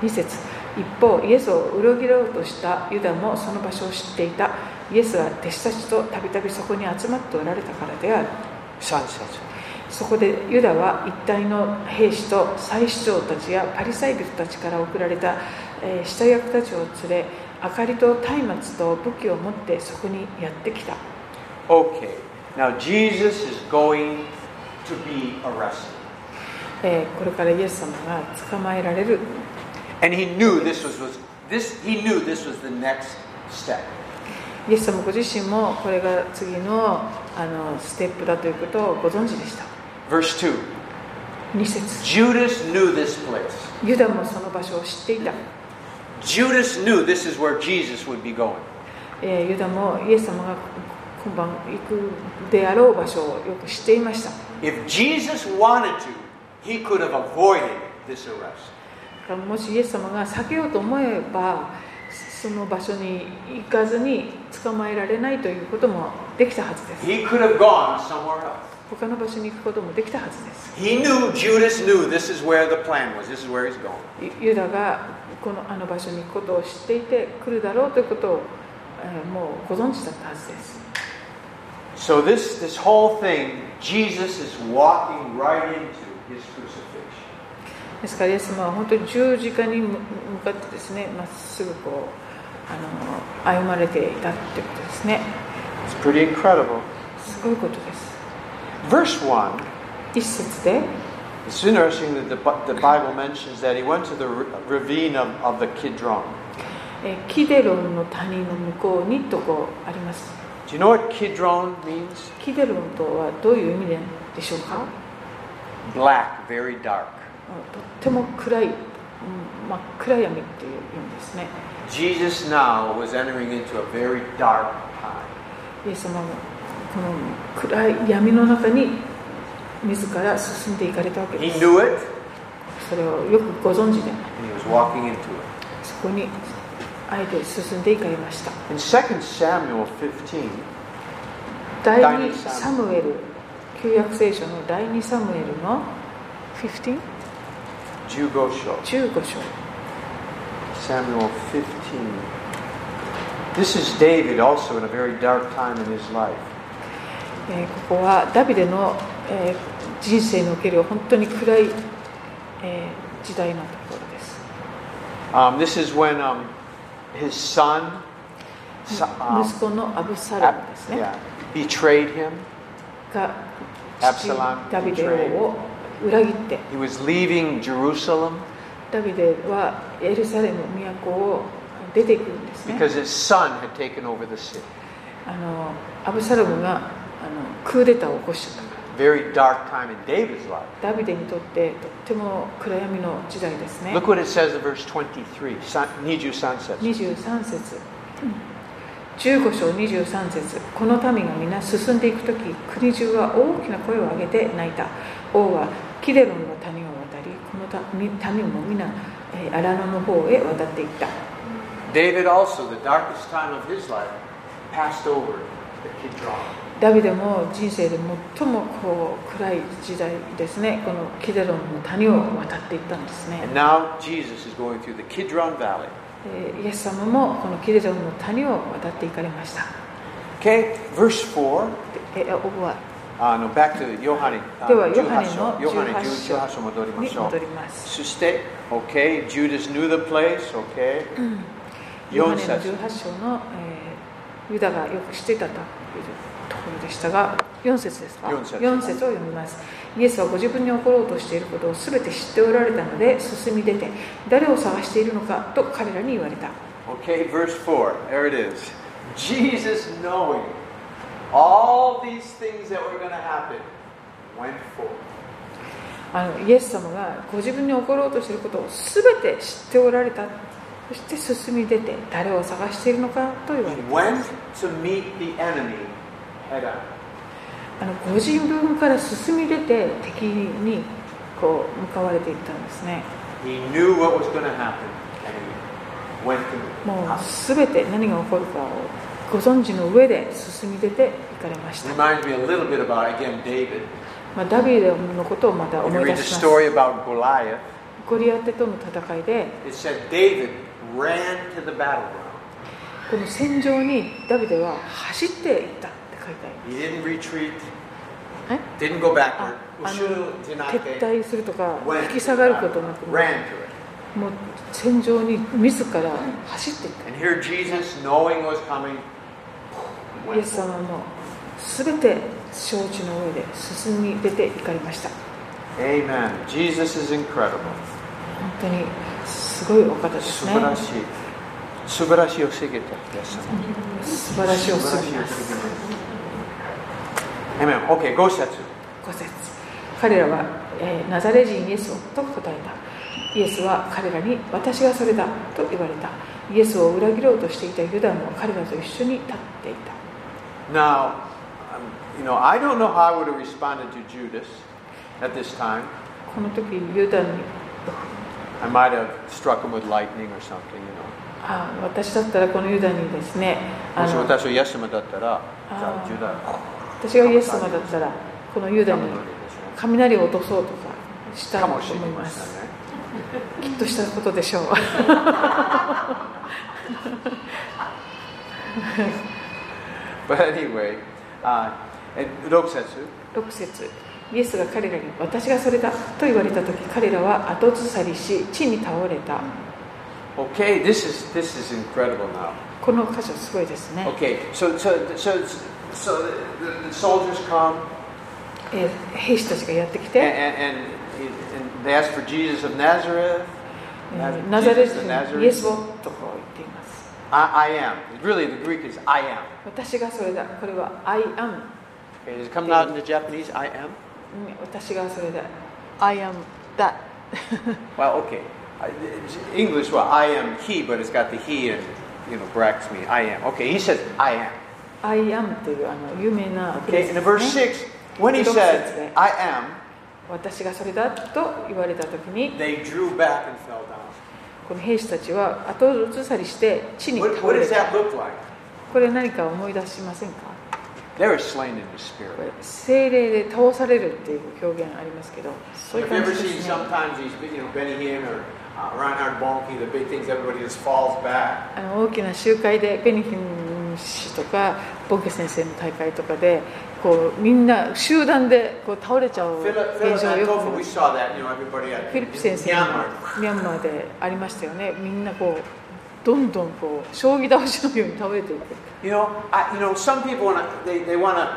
Speaker 2: 2節一方イエスを裏切ろうとしたユダもその場所を知っていたイエスは弟子たちとたびたびそこに集まっておられたからである
Speaker 1: 3節。
Speaker 2: そこでユダは一体の兵士と祭司長たちやパリサイ人たちから送られた、えー下役たちを連れ明かりと松明と武器を持ってそこにやってきた
Speaker 1: OK。Now, Jesus is going to be arrested.
Speaker 2: えーこれからイエス様が捕まえられる
Speaker 1: And he knew this was, was this, he knew this was the next step.
Speaker 2: イエス様ご自身もこれが次のあのステップだということをご存知でした
Speaker 1: Verse 2.
Speaker 2: 2節
Speaker 1: Judas knew this place.
Speaker 2: ユダもその場所を知っていた、
Speaker 1: Judas knew this is where Jesus would be going.
Speaker 2: えーユダもイエス様が今晩行くであろう場所をよく知っていました
Speaker 1: If Jesus wanted to, he could have avoided this arrest.
Speaker 2: もしイエス様が避けようと思えばその場所に行かずに捕まえられないということもできたはずです
Speaker 1: He could have gone somewhere else.
Speaker 2: 他の場所に行くこともできたはずです
Speaker 1: He knew, Judas knew this is where the plan was, this is where he's going.
Speaker 2: ユユダがこのあの場所に行くことを知っていて来るだろうということを、えーもうご存知だったはずです
Speaker 1: So, this, this whole thing, Jesus is walking right into his crucifixion.
Speaker 2: ですからイエス様は本当に十字架に向向かってですねまっすぐこうあの歩まれていたということですね
Speaker 1: It's pretty incredible.
Speaker 2: すごいことです
Speaker 1: Verse 1.
Speaker 2: 一節で
Speaker 1: It's interesting that the, Bi- the Bible mentions that he went to the ra- ravine of, of the Kidron.
Speaker 2: えーキデロンの谷の向こうにとこうあります
Speaker 1: Do you know what Kidron means?
Speaker 2: キデロンとはどういう意味でしょうか
Speaker 1: Black, very dark.
Speaker 2: うんとっても暗い、うん真っ暗闇っていう意味ですね
Speaker 1: Jesus now was entering into a very dark time.
Speaker 2: イエス様もこの暗い闇の中に自ら進んでいかれたわけ
Speaker 1: He
Speaker 2: です
Speaker 1: knew it,
Speaker 2: それをよくご存知で
Speaker 1: and he was walking into it.
Speaker 2: そこにあえて進んでいかれました
Speaker 1: In 2 Samuel 15,
Speaker 2: 第
Speaker 1: 第
Speaker 2: 2
Speaker 1: 二
Speaker 2: サムエル旧約聖書の第2サムエルの 15?15
Speaker 1: Jugosho,
Speaker 2: 章
Speaker 1: Samuel 15. This is David also in a very dark time in his life.
Speaker 2: えーここはダビデの、えー人生における本当に暗い、えー時代のところです、
Speaker 1: Um, this is when um, his son Sa- um,
Speaker 2: 息子のアブサロ
Speaker 1: Ab-
Speaker 2: ムですね
Speaker 1: yeah, betrayed him.
Speaker 2: が
Speaker 1: アブ
Speaker 2: 父
Speaker 1: サロム
Speaker 2: ダビデ王を裏切って
Speaker 1: He was leaving Jerusalem
Speaker 2: ダビデはエルサレム都を出ていくんですね
Speaker 1: because his son had taken over the city.
Speaker 2: あのアブサロムがあのクーデターを起こしちゃったか
Speaker 1: Very dark time in David's life.
Speaker 2: らダビデにとってとっても暗闇の時代ですね
Speaker 1: Look what it says in verse 23. Son, need you, son says.
Speaker 2: 23節15章23節この民が皆進んでいく時国中は大きな声を上げて泣いた王はキデロンの谷を渡りこのた民民も皆えー荒野の方へ渡っていった
Speaker 1: David also, the darkest time of his life, passed over the Kidron.
Speaker 2: ダビデも人生で最もこう暗い時代ですねこのキデロンの谷を渡っていったんですね
Speaker 1: And now Jesus is going through the Kidron Valley.
Speaker 2: えーイエス様もこのキデロンの谷を渡っていかれました
Speaker 1: Okay, verse 4.
Speaker 2: でえー覚え
Speaker 1: Ah, no, back to Yohane. uh,
Speaker 2: ではヨハネ
Speaker 1: 18
Speaker 2: の
Speaker 1: 章。ヨハネ
Speaker 2: 18
Speaker 1: 18章
Speaker 2: に
Speaker 1: 戻りましょう。
Speaker 2: 戻ります。
Speaker 1: So stay. Okay, Judas knew the place. Okay.
Speaker 2: ヨハ
Speaker 1: 4
Speaker 2: ネの
Speaker 1: 節
Speaker 2: 18章の、えーユダがよくしていたというところでしたが、4節ですか
Speaker 1: 四節
Speaker 2: 四節を読みます。イエスはご自分に起ころうとしていることを全て知っておられたので、進み出て、誰を探しているのかと彼らに言われた。
Speaker 1: Okay, verse 4. There it is. Jesus, knowing all these things that were going to happen, went forth.
Speaker 2: あのイエス様がご自分に起ころうとしていることを全て知っておられた。そして進み出て、誰を探しているのかと言われ
Speaker 1: He
Speaker 2: た。
Speaker 1: went to meet the enemy head on.
Speaker 2: あのご自分から進み出て敵にこう向かわれていったんですね
Speaker 1: He knew what was going to happen, and he went to meet.
Speaker 2: も
Speaker 1: Ah,
Speaker 2: う全て何が起こるかをご存知の上で進み出て行かれまし
Speaker 1: This
Speaker 2: た、
Speaker 1: reminds me a little bit about again David.
Speaker 2: まあ、ダビデのことをまた
Speaker 1: When you
Speaker 2: 思い
Speaker 1: read
Speaker 2: 出
Speaker 1: the
Speaker 2: します
Speaker 1: story about Goliath,
Speaker 2: ゴリアテとの戦いで
Speaker 1: it said David ran to the battleground.
Speaker 2: この戦場にダビデは走っていったって書いて
Speaker 1: He didn't retreat,
Speaker 2: あるえ
Speaker 1: didn't go backward.
Speaker 2: ああの
Speaker 1: Ushu
Speaker 2: 撤
Speaker 1: tinate
Speaker 2: 退するとか
Speaker 1: went to
Speaker 2: 引き
Speaker 1: the
Speaker 2: 下がることな
Speaker 1: battleground,
Speaker 2: くも
Speaker 1: ran to it.
Speaker 2: う戦場に自ら走っていった
Speaker 1: And here Jesus, knowing what was coming,
Speaker 2: イエ
Speaker 1: went.
Speaker 2: ス様も全て承知の上で進み出て行かれました
Speaker 1: Amen. Jesus is incredible.
Speaker 2: 本当にすごいお方ですね
Speaker 1: Subarashi. Subarashi osigete. Yes.
Speaker 2: 素晴らしいおすぎます
Speaker 1: Amen. Okay, go setsu.
Speaker 2: 5節彼らは、えーナザレ人イエスをと答えたイエスは彼らに私がそれだと言われたイエスを裏切ろうとしていたユダも彼らと一緒に立っていた
Speaker 1: Now, um, you know, I don't know how I would have responded to Judas at this time.
Speaker 2: この時ユダに
Speaker 1: I might have struck him with lightning or something, you know.
Speaker 2: あ私だったらこのユダにですねあのあー私がイエス様だったらこのユダに雷を落とそうとかしたと思います
Speaker 1: もし私をイエス様だったら、じゃあユダかもしれませんね。
Speaker 2: きっとしたことでしょう
Speaker 1: But anyway, uh, and 6節
Speaker 2: 6節イエスが彼らに私がそれだと言われた時彼らは後ずさりし地に倒れた
Speaker 1: Okay, this is this is incredible now.
Speaker 2: この箇所すごいですね、
Speaker 1: Okay, so so so so the, the, the soldiers come
Speaker 2: えー兵士たちがやってき
Speaker 1: and,
Speaker 2: て
Speaker 1: and, and they ask for Jesus of Nazareth.
Speaker 2: えーナザレ
Speaker 1: Jesus
Speaker 2: 人
Speaker 1: of
Speaker 2: イエ
Speaker 1: Nazareth.
Speaker 2: スをとこう言っています
Speaker 1: I, I am. Really, the Greek is I am.
Speaker 2: 私がそれだこれは I am うん
Speaker 1: Okay, does it come out in the Japanese? I am.
Speaker 2: 私がそれだ I am that
Speaker 1: Well, okay. I- it's English, well, I am he, but it's got the he and you know brackets me. I am. Okay, he says I am.
Speaker 2: I am というあの有名なフレ
Speaker 1: Okay,
Speaker 2: ー
Speaker 1: and in
Speaker 2: ズ
Speaker 1: verse
Speaker 2: ですね
Speaker 1: six, when he said I am,
Speaker 2: 私がそれだと言われた時に
Speaker 1: they drew back and fell down.
Speaker 2: この兵士たちは後ずさりして地に
Speaker 1: What,
Speaker 2: 倒
Speaker 1: what
Speaker 2: れ
Speaker 1: does
Speaker 2: た
Speaker 1: that look like?
Speaker 2: これ何か思い出しませんか
Speaker 1: They were slain in the
Speaker 2: これ
Speaker 1: spirit.
Speaker 2: 精霊で倒されるっていう表現ありますけどそういう
Speaker 1: You've
Speaker 2: 感じ
Speaker 1: ever
Speaker 2: です
Speaker 1: seen
Speaker 2: ね
Speaker 1: sometimes these, you know, Benny Hinn or uh, Reinhard Bonnke, the big things, everybody just falls back.
Speaker 2: あの大きな集会でベニヒン氏とかボンケ先生の大会とかでこうみんな集団でこう倒れちゃう
Speaker 1: Philip, Philip
Speaker 2: 現象をよく
Speaker 1: Ankofa,
Speaker 2: 見ま
Speaker 1: we
Speaker 2: す
Speaker 1: saw that, you know, everybody at
Speaker 2: フィリップ先生
Speaker 1: Myanmar.
Speaker 2: ミャンマーでありましたよねみんなこうどんどんこう将棋倒しのように倒れていく
Speaker 1: You know, I, you know, some people want to, they, they want to,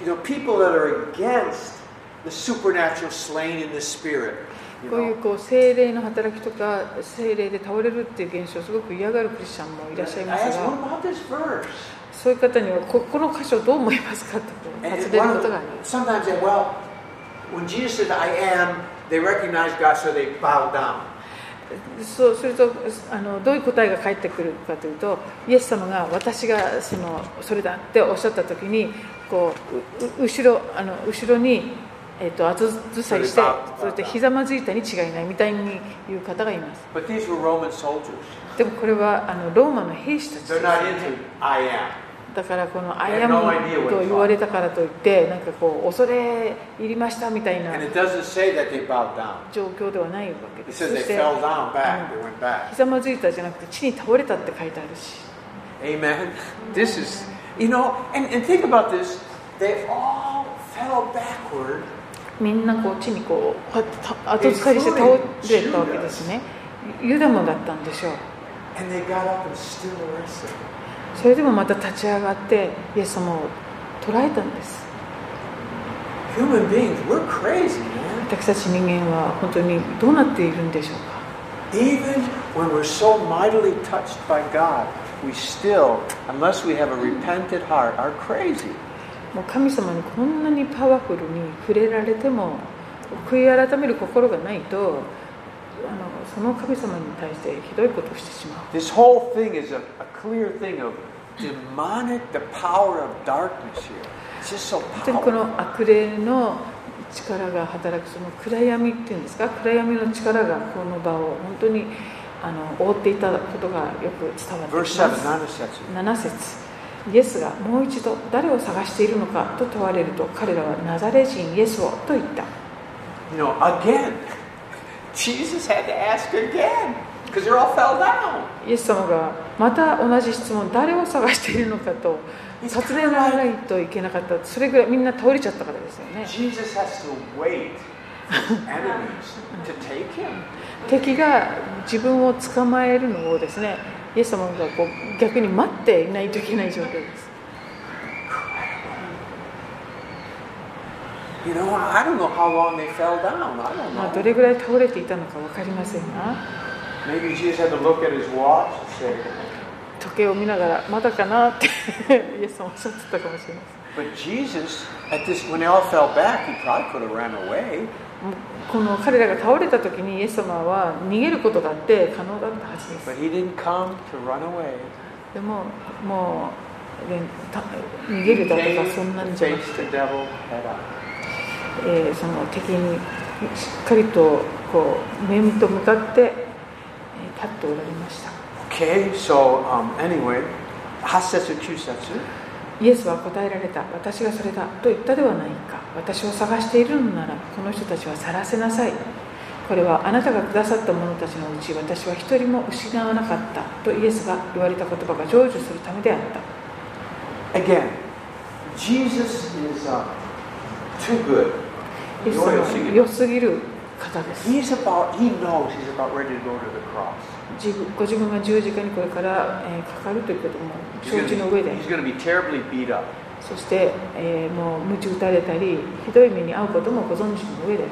Speaker 1: you know, people that are against the supernatural slain in the spirit. You
Speaker 2: こういう
Speaker 1: know?
Speaker 2: こう精霊の働きとか精霊で倒れるっていう現象をすごく嫌がるクリスチャンもい
Speaker 1: I
Speaker 2: らっしゃい
Speaker 1: asked,
Speaker 2: ます
Speaker 1: what
Speaker 2: が
Speaker 1: about this verse?
Speaker 2: そういう方にはここの箇所どう思いますかと
Speaker 1: And
Speaker 2: 尋
Speaker 1: it-
Speaker 2: ねる
Speaker 1: one
Speaker 2: こ
Speaker 1: of
Speaker 2: とがあり
Speaker 1: the-
Speaker 2: ます
Speaker 1: sometimes they, well, when Jesus said, I am, they recognized God, so they bowed down.
Speaker 2: そうするとあのどういう答えが返ってくるかというとイエス様が私がそのそれだっておっしゃった時にこううう後ろあの後ろに、えっと後ずさりしてそれでひざまずいたに違いないみたいに言う方がいます
Speaker 1: But these were Roman soldiers.
Speaker 2: でもこれはあのローマの兵士たちです
Speaker 1: They're not into I am.
Speaker 2: だからこの「ア
Speaker 1: They
Speaker 2: イ
Speaker 1: have
Speaker 2: アム
Speaker 1: no idea what it's」
Speaker 2: と言われたからといってなんかこう恐れ入りましたみた いな
Speaker 1: And it doesn't say that they bowed down.
Speaker 2: 状況ではないわけで
Speaker 1: It
Speaker 2: す
Speaker 1: says
Speaker 2: そ
Speaker 1: they
Speaker 2: して
Speaker 1: fell down back. They went
Speaker 2: ひ
Speaker 1: back.
Speaker 2: ざまずいたじゃなくて地に倒れたって書いてあるし
Speaker 1: Amen. This is, you know, and, and think about this. They all fell backward.
Speaker 2: みんなこう地にこうこうやってた後ずかりして倒れたわけですねユダもだったんでしょう
Speaker 1: And they got up and still arrested.
Speaker 2: それでもまた立ち上がってイエス様を捕らえたんです
Speaker 1: Human beings, we're crazy, man.
Speaker 2: 私たち人間は本当にどうなっているんでしょうか
Speaker 1: Even when we're so mightily touched by God, we still, unless we have a repentant heart, are crazy.
Speaker 2: もう神様にこんなにパワフルに触れられても悔い改める心がないとあのその神様に対してひどいことをしてしまう
Speaker 1: This whole thing is a, a clear thing of demonic, the power of darkness here. It's just so
Speaker 2: 本当にこ
Speaker 1: powerful.
Speaker 2: の悪霊の力が働くその暗闇っていうんですか暗闇の力がこの場を本当にあの覆っていたことがよく伝わってきま
Speaker 1: Verse
Speaker 2: す
Speaker 1: 7, not a section.
Speaker 2: 7節イエスがもう一度誰を探しているのかと問われると彼らはナザレ人イエスをと言った
Speaker 1: You know, again, Jesus had to ask again because they all fell down.
Speaker 2: イエス様がまた同じ質問誰を探しているのかと尋ねられないといけなかったそれぐらいみんな倒れちゃったからですよね
Speaker 1: Jesus has to wait for his enemies to take him.
Speaker 2: 敵が自分を捕まえるのをですねイエス様がこう逆に待っていないといけない状況です
Speaker 1: You know, I don't know how long they fell down. I
Speaker 2: ま
Speaker 1: don't
Speaker 2: あど
Speaker 1: know.
Speaker 2: れぐらい倒れていたのか分かりませんが
Speaker 1: Maybe Jesus had to look at his watch and say,
Speaker 2: 時計を見ながらまだかなって イエス様おっしゃってたかもしれません
Speaker 1: but Jesus, at this, when they all fell back, he probably could have ran away.
Speaker 2: もうこの彼らが倒れた時にイエス様は逃げることだって可能だったはずです
Speaker 1: But he didn't come to run away.
Speaker 2: でももう連た逃
Speaker 1: He
Speaker 2: げる
Speaker 1: came
Speaker 2: だとかそんなん
Speaker 1: to
Speaker 2: じゃなく
Speaker 1: face
Speaker 2: て、
Speaker 1: the devil head on.
Speaker 2: えーその敵にしっかりとこう面と向かって、えー立っておられました
Speaker 1: Okay, so um, anyway, hasetsu kyusetsu.
Speaker 2: イエスは答えられた私がそれだと言ったではないか私を探しているのならこの人たちは晒せなさいこれはあなたがくださった者たちのうち私は一人も失わなかったとイエスが言われた言葉が成就するためであった
Speaker 1: Again, Jesus is uh, too good.
Speaker 2: イエス様は良すぎる方です
Speaker 1: He's about, he knows he's about ready to go to the cross.
Speaker 2: 自分ご自分が十字架にこれから、えーかかるということも
Speaker 1: He's
Speaker 2: 承
Speaker 1: gonna
Speaker 2: 知の上で
Speaker 1: be- he's going to be terribly beat up.
Speaker 2: そして、えーもう鞭打たれたりひどい目に遭うこともご存知の上で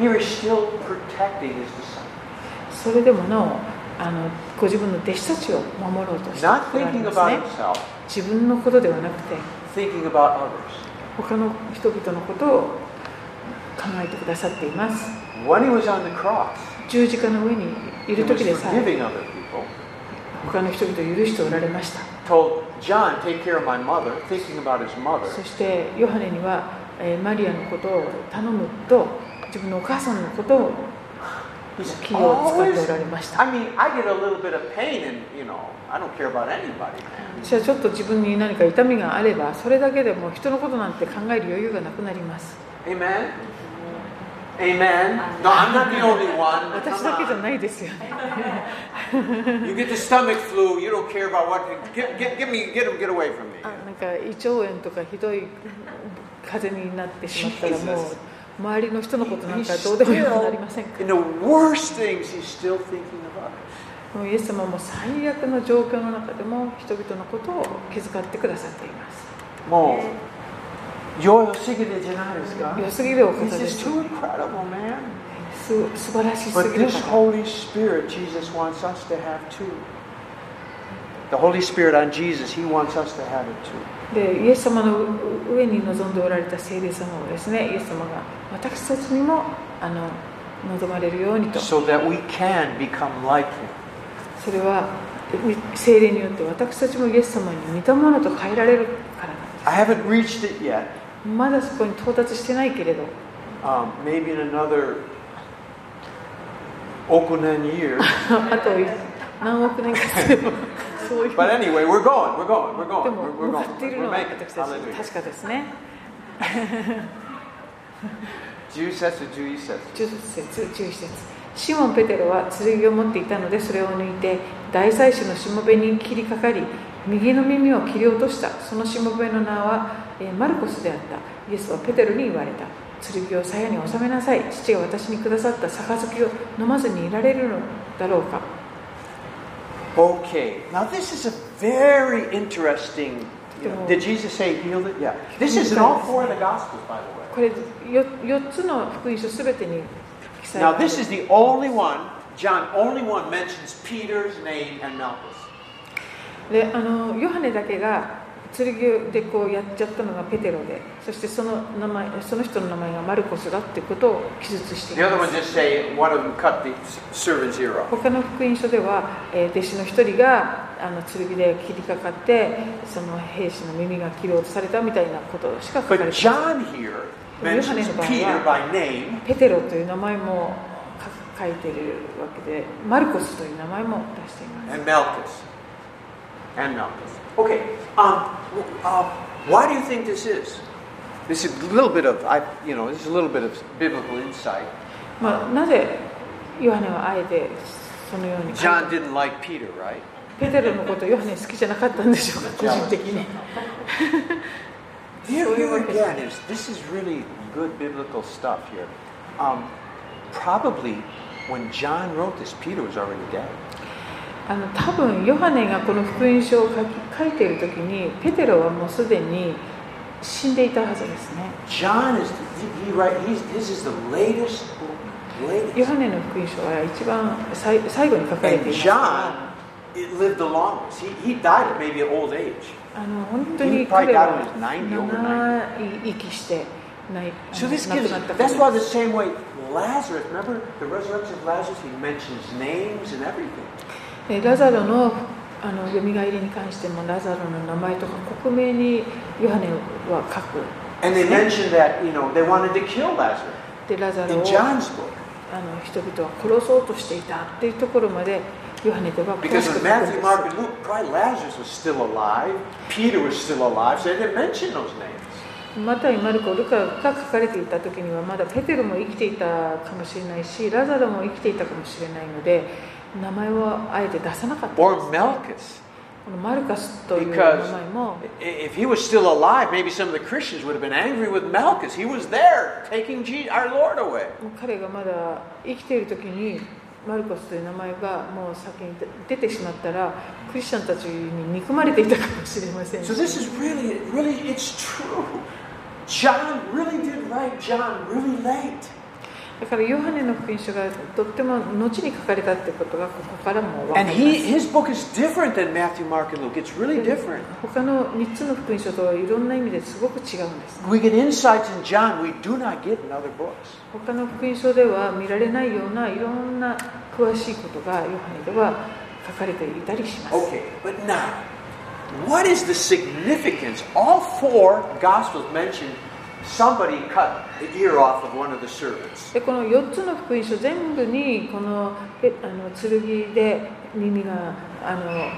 Speaker 1: Here he's still protecting his disciples.
Speaker 2: それでもなおあのご自分の弟子たちを守ろうとしておら
Speaker 1: Not
Speaker 2: れ
Speaker 1: thinking
Speaker 2: ます
Speaker 1: about
Speaker 2: ね
Speaker 1: himself,
Speaker 2: 自分のことではなくて
Speaker 1: thinking about others.
Speaker 2: 他の人々のことを考えてくださっています
Speaker 1: When he was on the cross,
Speaker 2: 十字架の上にい
Speaker 1: he
Speaker 2: る
Speaker 1: was
Speaker 2: 時でさえ
Speaker 1: forgiving other people.
Speaker 2: 他の人々を許しておられました
Speaker 1: Told John, take care of my mother, thinking about his mother.
Speaker 2: そしてヨハネには、えーマリアのことを頼むと自分のお母さんのことを
Speaker 1: He's
Speaker 2: 気を使ってお
Speaker 1: always.
Speaker 2: られました
Speaker 1: I mean, I get a little bit of pain, and you know, I don't care about anybody. man.
Speaker 2: 私はちょっと自分に何か痛みがあればそれだけでも人のことなんて考える余裕がなくなります
Speaker 1: Amen. Amen. No, I'm not the only one.
Speaker 2: 私
Speaker 1: Come
Speaker 2: だけじゃ
Speaker 1: on.
Speaker 2: ないですよね
Speaker 1: You get the stomach flu. You don't care about what. Get, get, get me. Get him. Get away from me.
Speaker 2: あなんか胃腸炎とかひどい風邪になってしまったらも
Speaker 1: Jesus.
Speaker 2: う周りの人のことなんかどうでもよくなりませんか
Speaker 1: In the worst things, he's still thinking of others.
Speaker 2: もうイエス様も最悪の状況の中でも人々のことを気遣ってくださっています。
Speaker 3: もう良すぎるじゃないですか
Speaker 2: 良すぎるお方
Speaker 3: This
Speaker 2: で
Speaker 3: is
Speaker 2: す。
Speaker 3: too incredible, man.
Speaker 2: す素晴らしす
Speaker 3: But
Speaker 2: ぎる
Speaker 3: this
Speaker 2: 方。
Speaker 3: Holy Spirit, Jesus wants us to have too. The Holy Spirit on Jesus, He wants us to have it too.
Speaker 2: で、イエス様のう上に臨んでおられた聖霊様をですね、イエス様が私たちにもあの望まれるようにと、そ
Speaker 3: So that we can become like Him.
Speaker 2: れは聖霊によって私たちもイエス様に似たものと変えられるからなんで
Speaker 3: I haven't reached it yet.
Speaker 2: す。まだそこに到達してないけれど、
Speaker 3: Um, maybe in another Okunen year.
Speaker 2: あと何億年かすれば、そういう。
Speaker 3: But anyway, we're going, we're going, we're
Speaker 2: で
Speaker 3: going,
Speaker 2: も
Speaker 3: we're, we're
Speaker 2: 向か
Speaker 3: going.
Speaker 2: っている
Speaker 3: We're
Speaker 2: のは
Speaker 3: making it.
Speaker 2: 私たち
Speaker 3: Hallelujah.
Speaker 2: 確かですね
Speaker 3: Juices to juices.
Speaker 2: 10節11節シモン・ペテロは剣を持っていたのでそれを抜いて大祭司のしもべに切りかかり右の耳を切り落としたそのしもべの名は、えーマルコスであったイエスはペテロに言われた剣を鞘に収めなさい父が私にくださった杯を飲まずにいられるのだろうか
Speaker 3: Okay. Now this is a very interesting. You know, did Jesus say he healed it? Yeah.
Speaker 1: This is in all four of the Gospels, by the way.
Speaker 2: これ 4, つの福音書すべてに記載
Speaker 3: Now
Speaker 2: がある
Speaker 3: this is the
Speaker 1: Only
Speaker 3: only one.
Speaker 1: one, John, only one mentions Peter's name and Malchus.
Speaker 2: であのヨハネだけが剣でこうやっちゃったのがペテロでそしてその名前その人の名前がマルコスだっていうことを記述してい
Speaker 1: The other
Speaker 2: ま
Speaker 1: ones
Speaker 2: す
Speaker 1: just say one of them cut the servant's ear off.
Speaker 2: 他の福音書では、えー弟子の一人があの剣で切りかかってその兵士の耳が切り落とされたみたいなことしか書か
Speaker 1: But
Speaker 2: れていませ
Speaker 1: John
Speaker 2: ん
Speaker 1: here mentions Peter by name.
Speaker 2: ペテロという名前も書書いているわけでマルコスという名前も出しています
Speaker 1: And Malchus. And Malchus. Okay. Um, uh, why do you think this is?
Speaker 3: This is a little bit of I, you know, this is a little bit of biblical insight.
Speaker 2: まあなぜヨハネはあえてそのように書いたのか
Speaker 3: John didn't like Peter, right?
Speaker 2: ペテロのことヨハネ好きじゃなかったんでしょうか個人的に
Speaker 3: Here,
Speaker 2: So you
Speaker 3: here
Speaker 2: were-
Speaker 3: again is this is really good biblical stuff here. Um, probably when John wrote this, Peter was already dead.
Speaker 2: あの多分ヨハネがこの福音書を書き書いている時にペテロはもうすでに死んでいたはずですね
Speaker 1: John is he, he right? He's this is the latest, latest.
Speaker 2: ヨハネの福音書は一番最最後に書かれて
Speaker 1: And
Speaker 2: いますから
Speaker 1: John it lived the longest. He, he died at maybe an old age.
Speaker 2: あの本当
Speaker 3: He probably
Speaker 2: に
Speaker 3: died
Speaker 2: 彼は
Speaker 3: when he was 90 over
Speaker 2: 長い息してないあの
Speaker 1: So this
Speaker 2: 亡
Speaker 1: gives.
Speaker 2: くなったから
Speaker 1: That's why the same way Lazarus. Remember the resurrection of Lazarus. He mentions names and everything.
Speaker 2: えーラザロのあの蘇りに関してもラザロの名前とか克明にヨハネは書く
Speaker 1: And they mentioned that you know they wanted to kill Lazarus
Speaker 2: でラザロ
Speaker 1: in
Speaker 2: を
Speaker 1: John's book
Speaker 2: あの人々は殺そうとしていたっていうところまでヨハネでは詳
Speaker 1: because
Speaker 2: し
Speaker 1: in
Speaker 2: く書くん
Speaker 1: Matthew,
Speaker 2: で
Speaker 1: Mark, and
Speaker 2: す
Speaker 1: Luke, probably Lazarus was still alive. Peter was still alive, so they didn't mention those names.
Speaker 2: マタイ、マルコ、ルカが書かれていた時にはまだペテロも生きていたかもしれないしラザロも生きていたかもしれないので名前はあえて出さなかった
Speaker 3: Or Malchus.
Speaker 2: このマルカスという名
Speaker 1: Because-
Speaker 2: 前も
Speaker 1: I- If he was still alive, maybe some of the Christians would have been angry with Malchus. He was there taking Je- our Lord away.
Speaker 2: もう彼がまだ生きている時にマルコスという名前がもう先に出てしまったらクリスチャンたちに憎まれていたかもしれませんし
Speaker 1: So this is really, really, it's true. John really did write John really late.
Speaker 2: だからヨハネの福音書がとっても後に書かれたってことがここからも分かり
Speaker 1: And
Speaker 2: ます
Speaker 1: he, his book is different than Matthew, Mark, and Luke. It's really different.
Speaker 2: 他の3つの福音書とはいろんな意味ですごく違うんです
Speaker 1: We get insights in John we do not get in other books.
Speaker 2: 他の福音書では見られないようないろんな詳しいことがヨハネでは書かれていたりします、
Speaker 1: Okay, but now, what is the significance? All four Gospels mention somebody cut the ear off of one of the servants.
Speaker 2: でこの4つの福音書全部にこのえあの剣で耳があの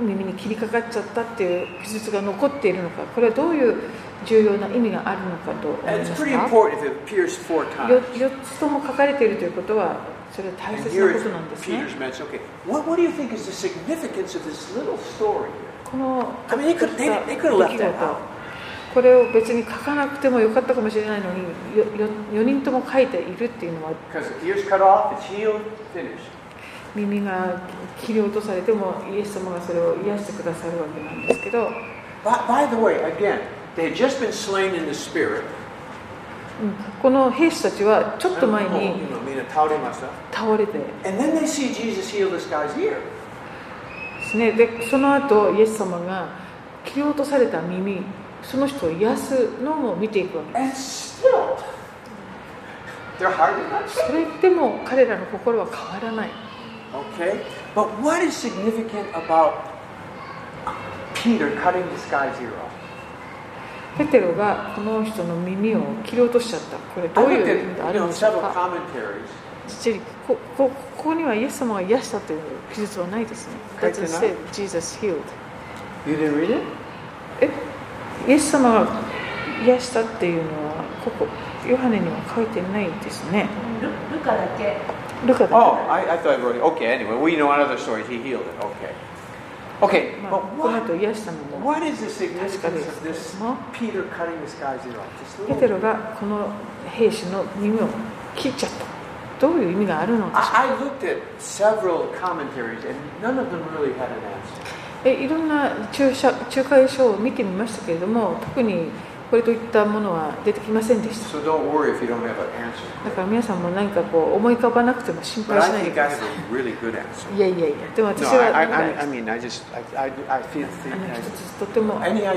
Speaker 2: 耳に切りかかっちゃったっていう記述が残っているのかこれはどういう重要な意味があるのかと思い
Speaker 1: And
Speaker 2: ま
Speaker 1: it's
Speaker 2: す
Speaker 1: pretty
Speaker 2: か
Speaker 1: important if it appears four
Speaker 2: よ
Speaker 1: times.
Speaker 2: 4つとも書かれているということはそれは大
Speaker 1: And
Speaker 2: 切
Speaker 1: here
Speaker 2: なこ
Speaker 1: is
Speaker 2: となんですね
Speaker 1: Peter's mention. Okay, what, what do you think is the significance of this little story?
Speaker 2: この
Speaker 1: I mean, they could- they- they could have left that out.
Speaker 2: これを別に書かなくてもよかったかもしれないのに 4, 人とも書いているっていうのは
Speaker 1: Because the ear's cut off, it's healed, finished.
Speaker 2: 耳が切り落とされてもイエス様がそれを癒してくださるわけなんですけど
Speaker 1: By, by the way, again, they had just been slain in the spirit.
Speaker 2: うんこの兵士たちはちょっと前
Speaker 1: Oh,
Speaker 2: に
Speaker 1: you know, mina taurimasa.
Speaker 2: 倒れて
Speaker 1: And then they see Jesus heal this guy's ear.
Speaker 2: ですねでその後イエス様が切り落とされた耳その人を癒すのも見ていくわけ
Speaker 1: And still, their heart is not
Speaker 2: それでも彼らの心は変わらない
Speaker 1: Okay? But what is significant about Peter cutting this guy's ear off?
Speaker 2: ペテロがこの人の耳を切り落としちゃったこれ
Speaker 1: I
Speaker 2: どうい
Speaker 1: looked
Speaker 2: う意味
Speaker 1: at
Speaker 2: があ
Speaker 1: you
Speaker 2: るん
Speaker 1: know,
Speaker 2: でしょう
Speaker 1: several
Speaker 2: か
Speaker 1: commentaries.
Speaker 2: ちっちゃいここここにはイエス様が癒したという記述はないですね。
Speaker 1: 書いてない
Speaker 2: Doesn't say Jesus healed.
Speaker 1: You didn't read it?
Speaker 2: えイエス様が癒したっていうのはここヨハネには書いてないですね。
Speaker 4: ルルカだけ
Speaker 2: ルカだ
Speaker 3: Oh,
Speaker 2: か
Speaker 3: I, I thought I wrote it. Okay, anyway, we know another story. He healed it. Okay. Okay,
Speaker 2: ら、まあ
Speaker 3: but、
Speaker 2: この
Speaker 3: what,
Speaker 2: 後癒したのも
Speaker 1: What is the significance of this
Speaker 2: 確かですけれども
Speaker 1: Peter cutting this guy's ear off? This
Speaker 2: ペテ
Speaker 1: little...
Speaker 2: ロがこの兵士の耳を切っちゃったどういう意味があるのか
Speaker 1: I, I looked at several commentaries and none of them really had an answer.
Speaker 2: えいろんな注射仲介書を見てみましたけれども特にこれといったものは出てきませんでした
Speaker 1: So don't worry if you don't have an answer.
Speaker 2: だから皆さんも何かこう思い浮かばなくても心
Speaker 1: But
Speaker 2: 配
Speaker 1: I
Speaker 2: しないで
Speaker 1: think
Speaker 2: く
Speaker 1: I
Speaker 2: ださ
Speaker 1: have a really good answer.
Speaker 2: いいやいやいやでも私
Speaker 3: no,
Speaker 2: は
Speaker 3: I,
Speaker 2: なんか
Speaker 3: I, I, I mean, I just, I, I, I feel,
Speaker 2: あの一
Speaker 3: I,
Speaker 2: つとても
Speaker 1: Any ideas? Any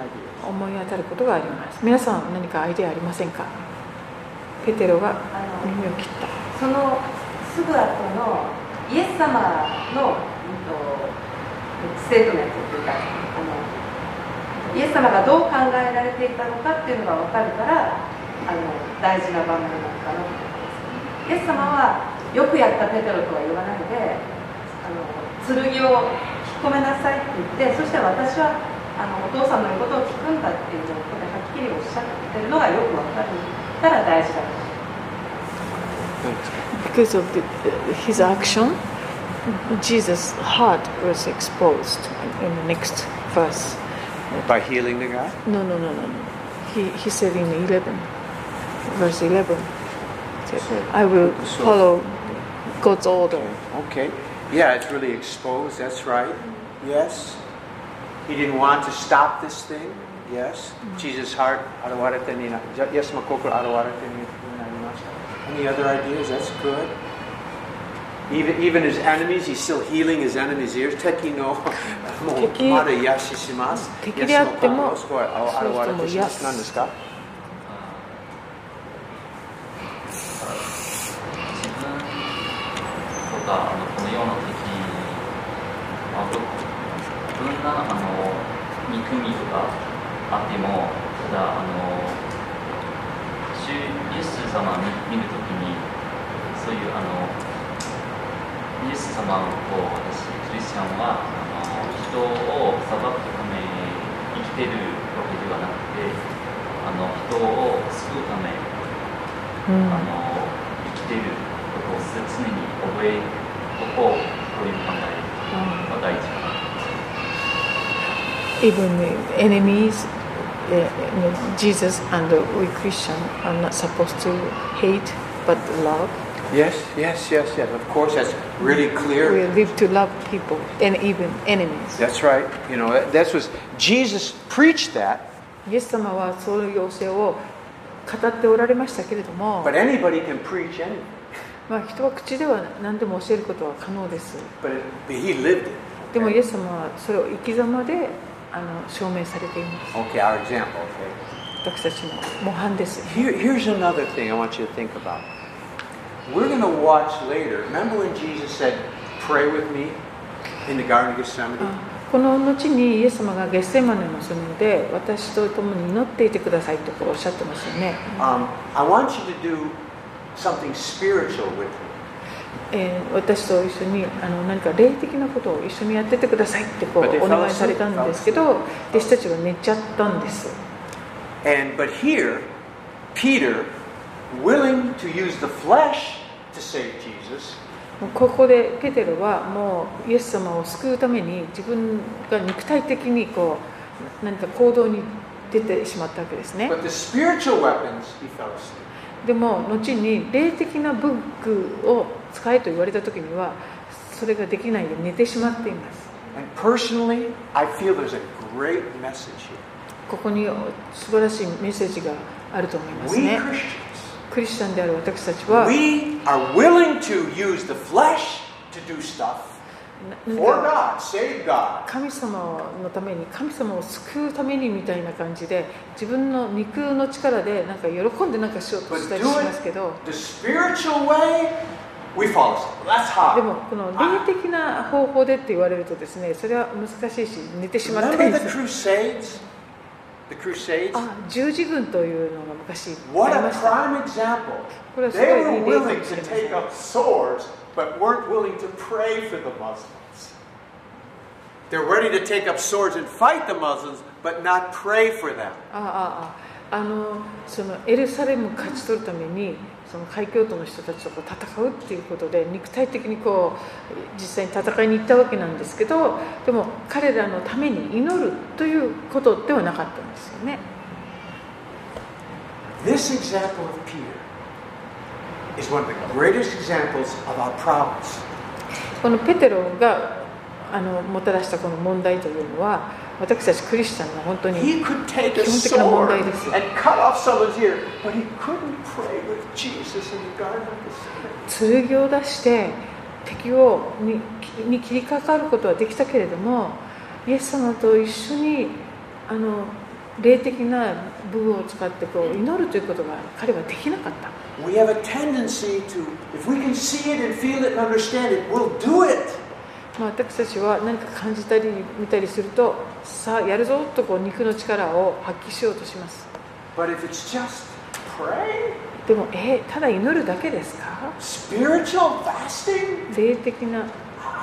Speaker 1: ideas?
Speaker 2: 思い当たることがあります皆さんは何かアイデアありませんかペテロが
Speaker 4: あの
Speaker 2: 耳を切っ
Speaker 4: そのすぐ後のイエス様の、うんと、ステートメントというかあのイエス様がどう考えられていたのかっていうのが分かるからあの大事な場面なのかなと思いますイエス様はよくやったペテロとは言わないであの剣を引っ込めなさいって言ってそして私はあのお父さんの言うことを聞くんだっていうことではっきりおっしゃってるのがよく分かるから大事だと
Speaker 2: た Because of the, his action Jesus' heart was exposed in the next verse
Speaker 3: by healing the guy.
Speaker 2: No, no, no, no, no. He, he said in 11, verse 11, he said, I will
Speaker 3: So-
Speaker 2: follow God's order.
Speaker 3: Okay. Yeah, it's really exposed. That's right.
Speaker 1: Yes. He didn't want to stop this thing. Yes.
Speaker 3: Jesus' heart, arawaratte ni na- ja- yes, makoko arawaratte ni- ni narimashita.
Speaker 1: Any other ideas? That's good. Even, even his enemies, he's still healing his enemies' ears. Teki no も
Speaker 2: 敵-
Speaker 1: うまだ癒しします。
Speaker 2: 敵であっても、
Speaker 1: Yes, の顔が現れてしまう。
Speaker 2: そうそう、もう癒す。
Speaker 3: 何ですか？
Speaker 5: 自分とかあのこの世の敵に、まあ、どどんなあの憎みとかあってもただあの主イエス様を見見るときにそういうあのイエス様を私クリスチャンはあの人を裁くために生きてるわけではなくてあの人を救うためあの生きていることを常に覚えとこうこういう考えが第一かな
Speaker 2: Even the enemies, uh, you know, Jesus and the we Christian are not supposed to hate but love.
Speaker 1: Yes, yes, yes, yes. Of course, that's really
Speaker 2: We
Speaker 1: clear.
Speaker 2: live to love people and even enemies.
Speaker 3: That's right. You know, that, that's was Jesus preached that,
Speaker 2: イエス様はそういう要請を語っておられましたけれども、
Speaker 1: But anybody can preach anything.
Speaker 2: まあ、人は口では何でも教えることは可能です。
Speaker 1: But, it, but he lived it.
Speaker 2: でもイエス様はそれを生き様であの証明されています
Speaker 1: Okay, our example. Okay.
Speaker 2: 私たちの模範です
Speaker 3: Here, here's another thing I want you to think about.
Speaker 1: We're going to watch later. Remember when Jesus said, Pray with me in the Garden of Gethsemane?
Speaker 2: あこの後にイエス様がゲッセマネの園で私と共に祈っていてくださいとこうおっしゃってますよね、
Speaker 1: Um, I want you to do something spiritual with me.
Speaker 2: えー私と一緒にあの何か霊的なことを一緒にやっててくださいってこう
Speaker 1: But they
Speaker 2: お
Speaker 1: fell
Speaker 2: 願いされたんですけど
Speaker 1: asleep.
Speaker 2: 弟子たちは寝ちゃったんです
Speaker 1: And but here, Peter, willing to use the flesh to save Jesus,
Speaker 2: もうここでペテロはもうイエス様を救うために自分が肉体的にこう何か行動に出てしまったわけですね
Speaker 1: but the spiritual weapons he fell asleep.
Speaker 2: でも後に霊的な武具を使えと言われた時にはそれができないで寝てしまっています
Speaker 1: And personally, I feel there's a great message here.
Speaker 2: ここに素晴らしいメッセージがあると思います
Speaker 1: We
Speaker 2: ね
Speaker 1: Christians,
Speaker 2: クリスチャンである私たちは
Speaker 1: we are willing to use the flesh to do stuff
Speaker 2: な何
Speaker 1: for
Speaker 2: か
Speaker 1: God, save God.
Speaker 2: 神様のために神様を救うためにみたいな感じで自分の肉の力でなんか喜んでなんかしようと
Speaker 1: But
Speaker 2: したりし
Speaker 1: do
Speaker 2: ますけど
Speaker 1: it the spiritual way, we fall asleep. That's hard.
Speaker 2: でもこの霊的な方法でって言われるとですねそれは難しいし寝てしまったり
Speaker 1: Remember
Speaker 2: す
Speaker 1: the
Speaker 2: る
Speaker 1: Crusades? The Crusades?
Speaker 2: あ十字軍というのが昔
Speaker 1: What
Speaker 2: あり
Speaker 1: a
Speaker 2: ました
Speaker 1: prime example.
Speaker 2: これはすご
Speaker 1: They were
Speaker 2: いいい例か
Speaker 1: willing
Speaker 2: もし
Speaker 1: to
Speaker 2: れ
Speaker 1: take
Speaker 2: ません
Speaker 1: up swords, but weren't willing to pray for the Muslims. They're ready to take up swords and fight the Muslims, but not pray for them.
Speaker 2: あああああのそのエルサレムを勝ち取るためにその海峡都の人たちとこう戦うっていうことで肉体的にこう実際に戦いに行ったわけなんですけどでも彼らのために祈るということではなかったんですよね
Speaker 1: This example of Peter is one of the greatest examples of our problems.
Speaker 2: このペテロがあのもたらしたこの問題というのは私たちクリスチャンが本当に
Speaker 1: He could take a
Speaker 2: 基本的な
Speaker 1: sword
Speaker 2: 問題ですよ。
Speaker 1: and cut off someone's ear, but he couldn't pray with Jesus in the Garden of Gethsemane.
Speaker 2: 剣を出して敵をにに切りかかることはできたけれどもイエス様と一緒にあの霊的な武具を使ってこう祈るということが彼はできなかった
Speaker 1: We have a tendency to, if we can see it and feel it and understand it, we'll do it.
Speaker 2: まあ、私たちは何か感じたり見たりするとさあやるぞとこう肉の力を発揮しようとします
Speaker 1: But if it's just praying,
Speaker 2: でもえただ祈るだけですか
Speaker 1: spiritual fasting,
Speaker 2: 霊的な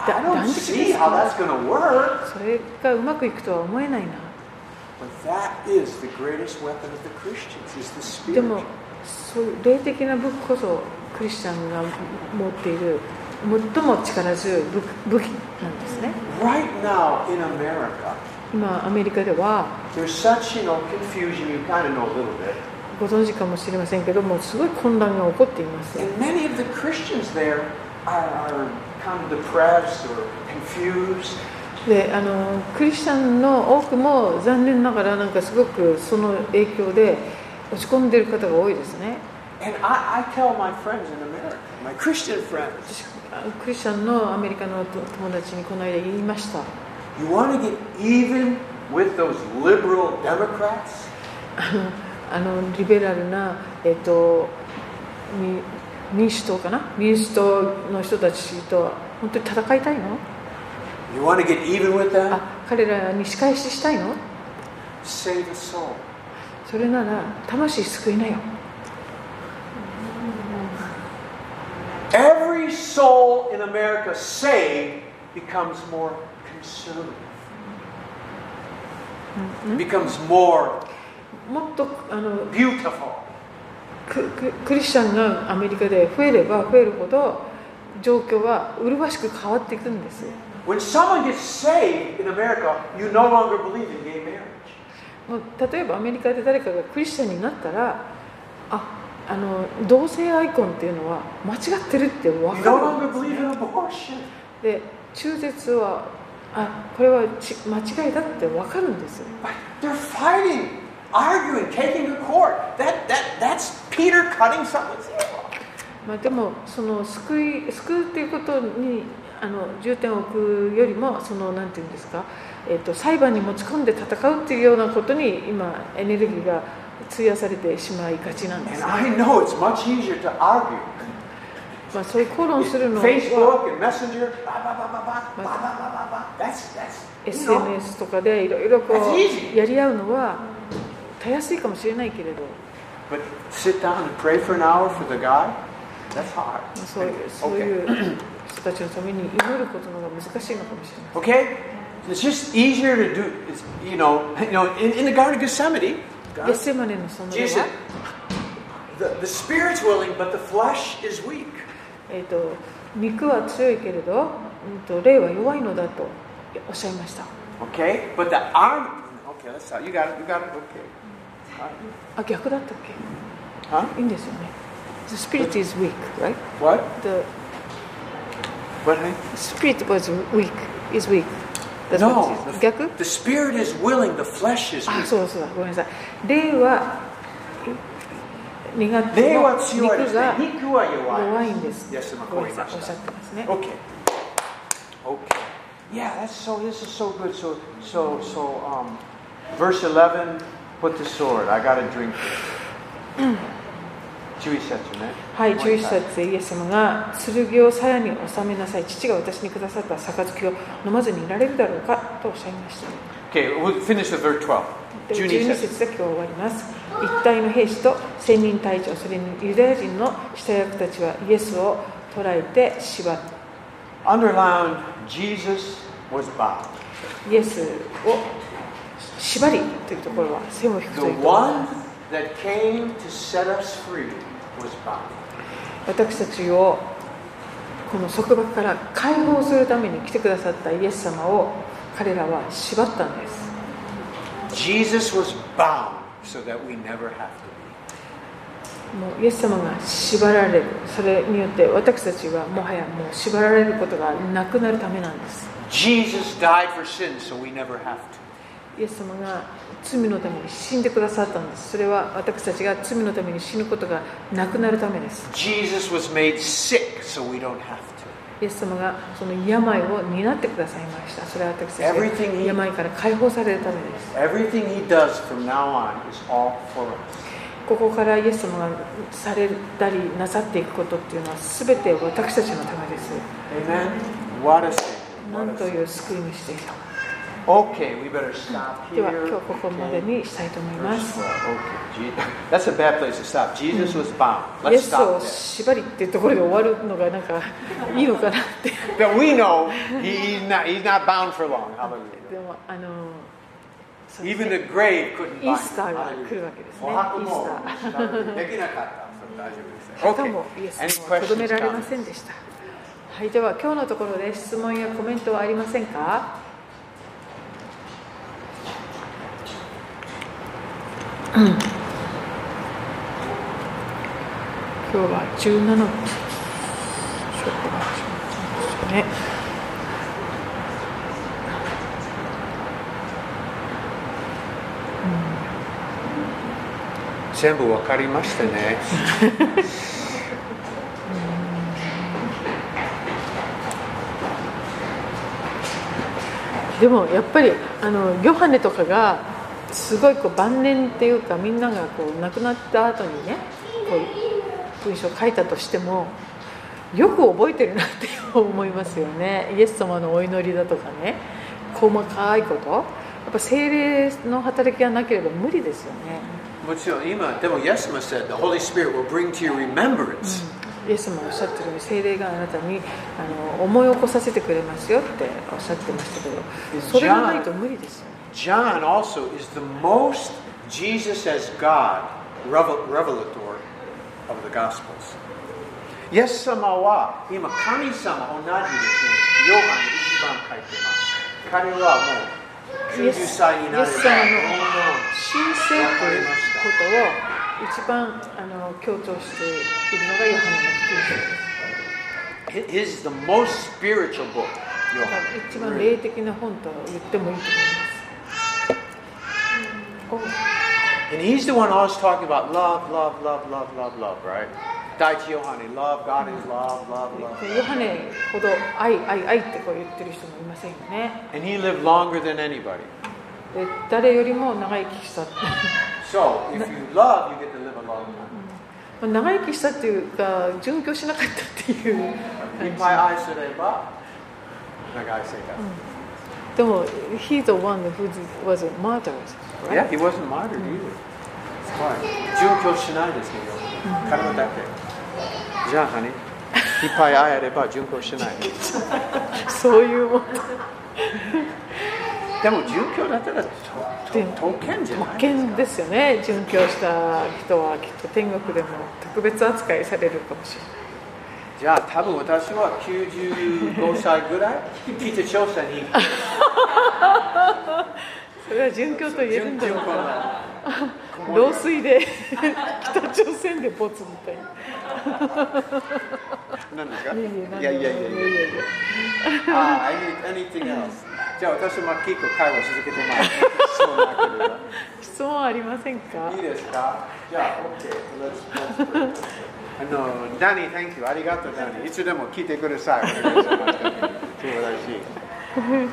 Speaker 1: I
Speaker 2: だ
Speaker 1: don't
Speaker 2: 断食
Speaker 1: see
Speaker 2: です
Speaker 1: how
Speaker 2: か
Speaker 1: that's going to work.
Speaker 2: それがうまくいくとは思えないな
Speaker 1: But that is the greatest weapon of the Christians, is the
Speaker 2: でも
Speaker 1: spiritual.
Speaker 2: そういう霊的な武器こそクリスチャンが持っている最も力強い武武器なんですね
Speaker 1: Right now in America,
Speaker 2: 今アメリカでは
Speaker 1: there's such, you know, confusion, you kind of know a little bit.
Speaker 2: ご存知かもしれませんけどもすごい混乱が起こっています
Speaker 1: And many of the Christians there are, are kind of depressed or confused.
Speaker 2: であのクリスチャンの多くも残念ながらなんかすごくその影響で落ち込んでいる方が多いですね
Speaker 1: And I, I tell my friends in America, my Christian friends,
Speaker 2: 私あクリスチャンのアメリカの友達にこの間言いました
Speaker 1: you want to get even with those liberal Democrats?
Speaker 2: あのリベラルな、えっとみ民主党かな民主党の人たちと本当に戦いたいの
Speaker 1: You want to get even with them?
Speaker 2: あ彼らに仕返ししたいの
Speaker 1: Save a soul.
Speaker 2: それなら魂救いなよ
Speaker 1: Every soul in America saved becomes more conservative, becomes more
Speaker 2: もっとあの
Speaker 1: beautiful.
Speaker 2: クククリスチャンがアメリカで増えれば増えるほど状況は麗しく変わっていくんです
Speaker 1: When someone gets saved in America, you no longer believe in gay marriage.
Speaker 2: もう例えばアメリカで誰かがクリスチャンになったらああの同性アイコンっていうのは間違ってるって分
Speaker 1: You
Speaker 2: か
Speaker 1: no
Speaker 2: る
Speaker 1: longer believe in abortion.
Speaker 2: で中絶はあこれはち間違いだって分かるんですよ
Speaker 1: But They're fighting, arguing, taking to court. That, that, that's Peter cutting someone's ear off.
Speaker 2: まあ、でもその救い救うっていうことにあの重点を置くよりもそのなんていうんですか、えっと裁判に持ち込んで戦うっていうようなことに今エネルギーが費やされてしまいがちなんです
Speaker 1: And
Speaker 2: ね、
Speaker 1: I know it's much easier to argue.
Speaker 2: まあ、そういう口論するの
Speaker 1: Facebook and Messenger, blah, blah, blah, blah, blah, blah, blah, blah, blah, blah. That's, that's, you know,
Speaker 2: SNS とかでいろいろこ
Speaker 1: That's easy.
Speaker 2: うやり合うのはたやすいかもしれないけれど
Speaker 1: But sit down and pray for an hour for the guy, that's hard.
Speaker 2: そういうそうい
Speaker 1: Okay.
Speaker 2: う人たちのために祈ることの方が難しいのかもしれない。
Speaker 1: Okay? It's just easier to do, it's, you know, you know in, in the Garden of Gethsemane,
Speaker 2: ゲッセマネのその
Speaker 1: Jesus
Speaker 2: では
Speaker 1: said, the, the spirit's willing, but the flesh is weak.
Speaker 2: えー、と肉は強いけれど、うん、と霊は弱いのだとおっしゃいました。
Speaker 1: Okay? But the arm, okay, that's how, you got it, you got it, okay.
Speaker 2: あ、逆だったっけ
Speaker 1: Huh?
Speaker 2: いいんですよね。The spirit is weak, right?
Speaker 1: What?
Speaker 2: The
Speaker 3: What, honey?
Speaker 2: Spirit was weak, is weak. That's
Speaker 1: No.
Speaker 2: what it is. 逆
Speaker 1: The spirit is willing, the flesh is
Speaker 2: あ、
Speaker 1: weak.
Speaker 2: そうだそうだ、ごめんなさい。霊は苦手
Speaker 1: 霊
Speaker 2: の
Speaker 1: は強いで
Speaker 2: 肉
Speaker 1: すね
Speaker 2: が。
Speaker 1: 肉は弱い。
Speaker 2: 弱いんです。
Speaker 1: Yes, I'm
Speaker 2: ごめん
Speaker 1: going
Speaker 2: なさいおっしゃってますね。
Speaker 1: Okay. Okay.
Speaker 3: Yeah, that's so. This is so good. So, so, so. Um, verse eleven. Put the sword. I got to drink it. Jewish section, right?
Speaker 2: はい、11節でイエス様が剣を鞘に収めなさい、父が私にくださった杯を飲まずにいられるだろうかとおっしゃいました。
Speaker 3: Okay, we'll finish with verse twelve.
Speaker 2: で12
Speaker 3: Junie
Speaker 2: 節
Speaker 3: says,
Speaker 2: で今日終わります一体の兵士と千人隊長それにユダヤ人の下役たちはイエスを捕らえて縛っ
Speaker 3: underlined. Jesus was bound.
Speaker 2: イエスを縛りというところは線を引く
Speaker 1: The
Speaker 2: というところ
Speaker 1: one that came to set us free was bound.
Speaker 2: 私たちをこの束縛から解放するために来てくださったイエス様を彼らは縛ったんです
Speaker 1: Jesus was bound so that we never have to be.
Speaker 2: もうイエス様が縛られるそれによって私たちはもはやもう縛られることがなくなるためなんです
Speaker 1: Jesus died for sin so we never have to.
Speaker 2: イエス様が罪のために死んでくださったんです。それは私たちが罪のために死ぬことがなくなるためです。
Speaker 1: Jesus was made sick so we don't have to.
Speaker 2: イエス様がその病を担ってくださいました。それは私たちが
Speaker 1: Everything he-
Speaker 2: 病から解放されるためです。
Speaker 1: Everything he does from now on is all for us.
Speaker 2: ここからイエス様がされたりなさっていくことっていうのは全て私たちのためです。
Speaker 1: Amen? What a savior.
Speaker 2: な
Speaker 1: What
Speaker 2: ん
Speaker 1: a
Speaker 2: と
Speaker 1: savior.
Speaker 2: いう救い主でしょ
Speaker 1: Okay, we better stop
Speaker 2: う。で
Speaker 1: here.
Speaker 2: は今日ここまで
Speaker 1: Okay.
Speaker 2: にしたいと思いま
Speaker 3: Verse
Speaker 2: す。
Speaker 3: 12. Okay, Je- that's a bad place to stop. Jesus was bound.
Speaker 2: イエ
Speaker 3: Let's
Speaker 2: ス
Speaker 3: stop
Speaker 2: を
Speaker 3: there.
Speaker 2: 縛りっていうところで終わるのがなん かいいのかなって。
Speaker 3: That we know he- he's not, he's not bound for long. Hallelujah.
Speaker 2: でもあのそうです
Speaker 1: Even
Speaker 2: ね
Speaker 1: the grave couldn't
Speaker 2: イー
Speaker 1: bind
Speaker 2: スターが来るわけですね。イースター。か
Speaker 1: Okay.
Speaker 2: もイエス
Speaker 3: Any
Speaker 2: 様はとどめ
Speaker 3: questions?
Speaker 2: られま
Speaker 3: comments?
Speaker 2: せんでした。はい、では今日のところで質問やコメントはありませんか今日は17そうですね。
Speaker 3: 全部わかりましたね。
Speaker 2: でもやっぱりあのヨハネとかがすごいこう晩年っていうかみんながこう亡くなった後にねこう文章を書いたとしてもよく覚えてるなって思いますよねイエス様のお祈りだとかね細かいことやっぱ精霊の働きがなければ無理ですよね
Speaker 1: もちろん今でもイエス様 said the Holy Spirit will bring to your remembrance、
Speaker 2: イエス様がおっしゃってるように精霊があなたにあの思い起こさせてくれますよっておっしゃってましたけどそれがないと無理ですよね
Speaker 1: John also is the most Jesus as God revel- revelator of the Gospels
Speaker 3: イエス様は
Speaker 2: イエスイエス様の神聖ということを一番あの強調しているのがヨハネ
Speaker 1: His the most spiritual book
Speaker 2: の福音書です。一番霊的な本と言ってもいいと思います。お
Speaker 1: And he's the one always talking about love, love, love, love, love, love, right? Daichi Yohane, love, God is love, love,
Speaker 2: こ
Speaker 1: love.
Speaker 2: うヨハネほど愛愛愛ってこう言ってる人もいませんよね。
Speaker 3: and he lived longer than anybody.
Speaker 2: で誰よりも長生きしたって
Speaker 1: So if you love, you get to live a long time.
Speaker 2: まあ長生きしたっていうか殉教しなかったっていう
Speaker 1: Keep
Speaker 2: 感
Speaker 1: my eyes to the above. Like I say that.
Speaker 2: じ。でも He's the one who was a martyr. right?
Speaker 3: Yeah, he wasn't martyred either.
Speaker 1: Why?
Speaker 3: じゃあ、honey, いっぱい会えれば巡行しない。
Speaker 2: そういうもん。
Speaker 3: でも巡行だったらと
Speaker 2: で
Speaker 3: と特権じゃない
Speaker 2: 特権ですよね殉教した人はきっと天国でも特別扱いされるかもしれない
Speaker 3: じゃあ、多分私は
Speaker 1: 95歳ぐらいピーター調査に行く。
Speaker 2: それは殉教と言えるんだろうかな老 衰で北朝鮮で没みたいな
Speaker 1: 何ですか
Speaker 2: いえいえ
Speaker 1: いやいやいやいやいや
Speaker 2: いや
Speaker 1: あ Ah, I need anything else じゃあ私も結構会話続けてもらって そうなければ
Speaker 2: 質問ありませんか
Speaker 1: いいですかじゃあ OK let's, let's あのダニー Thank you ありがとうダニーいつでも来てくださいお願いします素晴らし い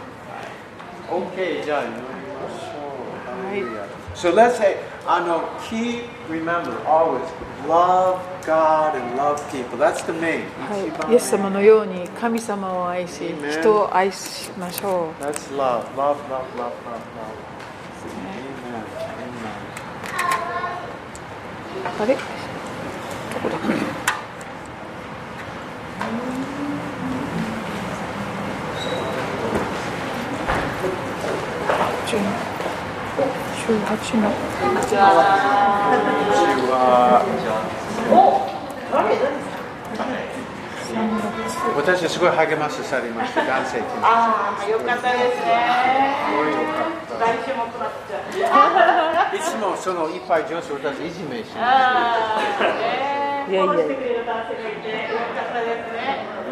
Speaker 1: OK じゃあ祈りましょう
Speaker 2: はい
Speaker 1: Hallelujah. So let's say あの keep remember always love God and love people that's the main 一番
Speaker 2: は
Speaker 1: ね
Speaker 2: い、イエス様のように神様を愛し
Speaker 1: Amen
Speaker 2: 人を愛しましょ
Speaker 1: That's love, love, love, love, love, love. Amen. Amen.
Speaker 2: うあれ
Speaker 1: You, uh, 私はすごい励ましされました、男性あ
Speaker 6: ああ、よかったですね。
Speaker 1: すごいよかっ
Speaker 6: 来週も来なくちゃ。
Speaker 1: た。いつもそのいっぱい女性を私いじめします。
Speaker 6: ああ、ねえ。
Speaker 4: 哎
Speaker 2: いやいやいや
Speaker 6: フォローしてくれる男性がいて、よかったですね。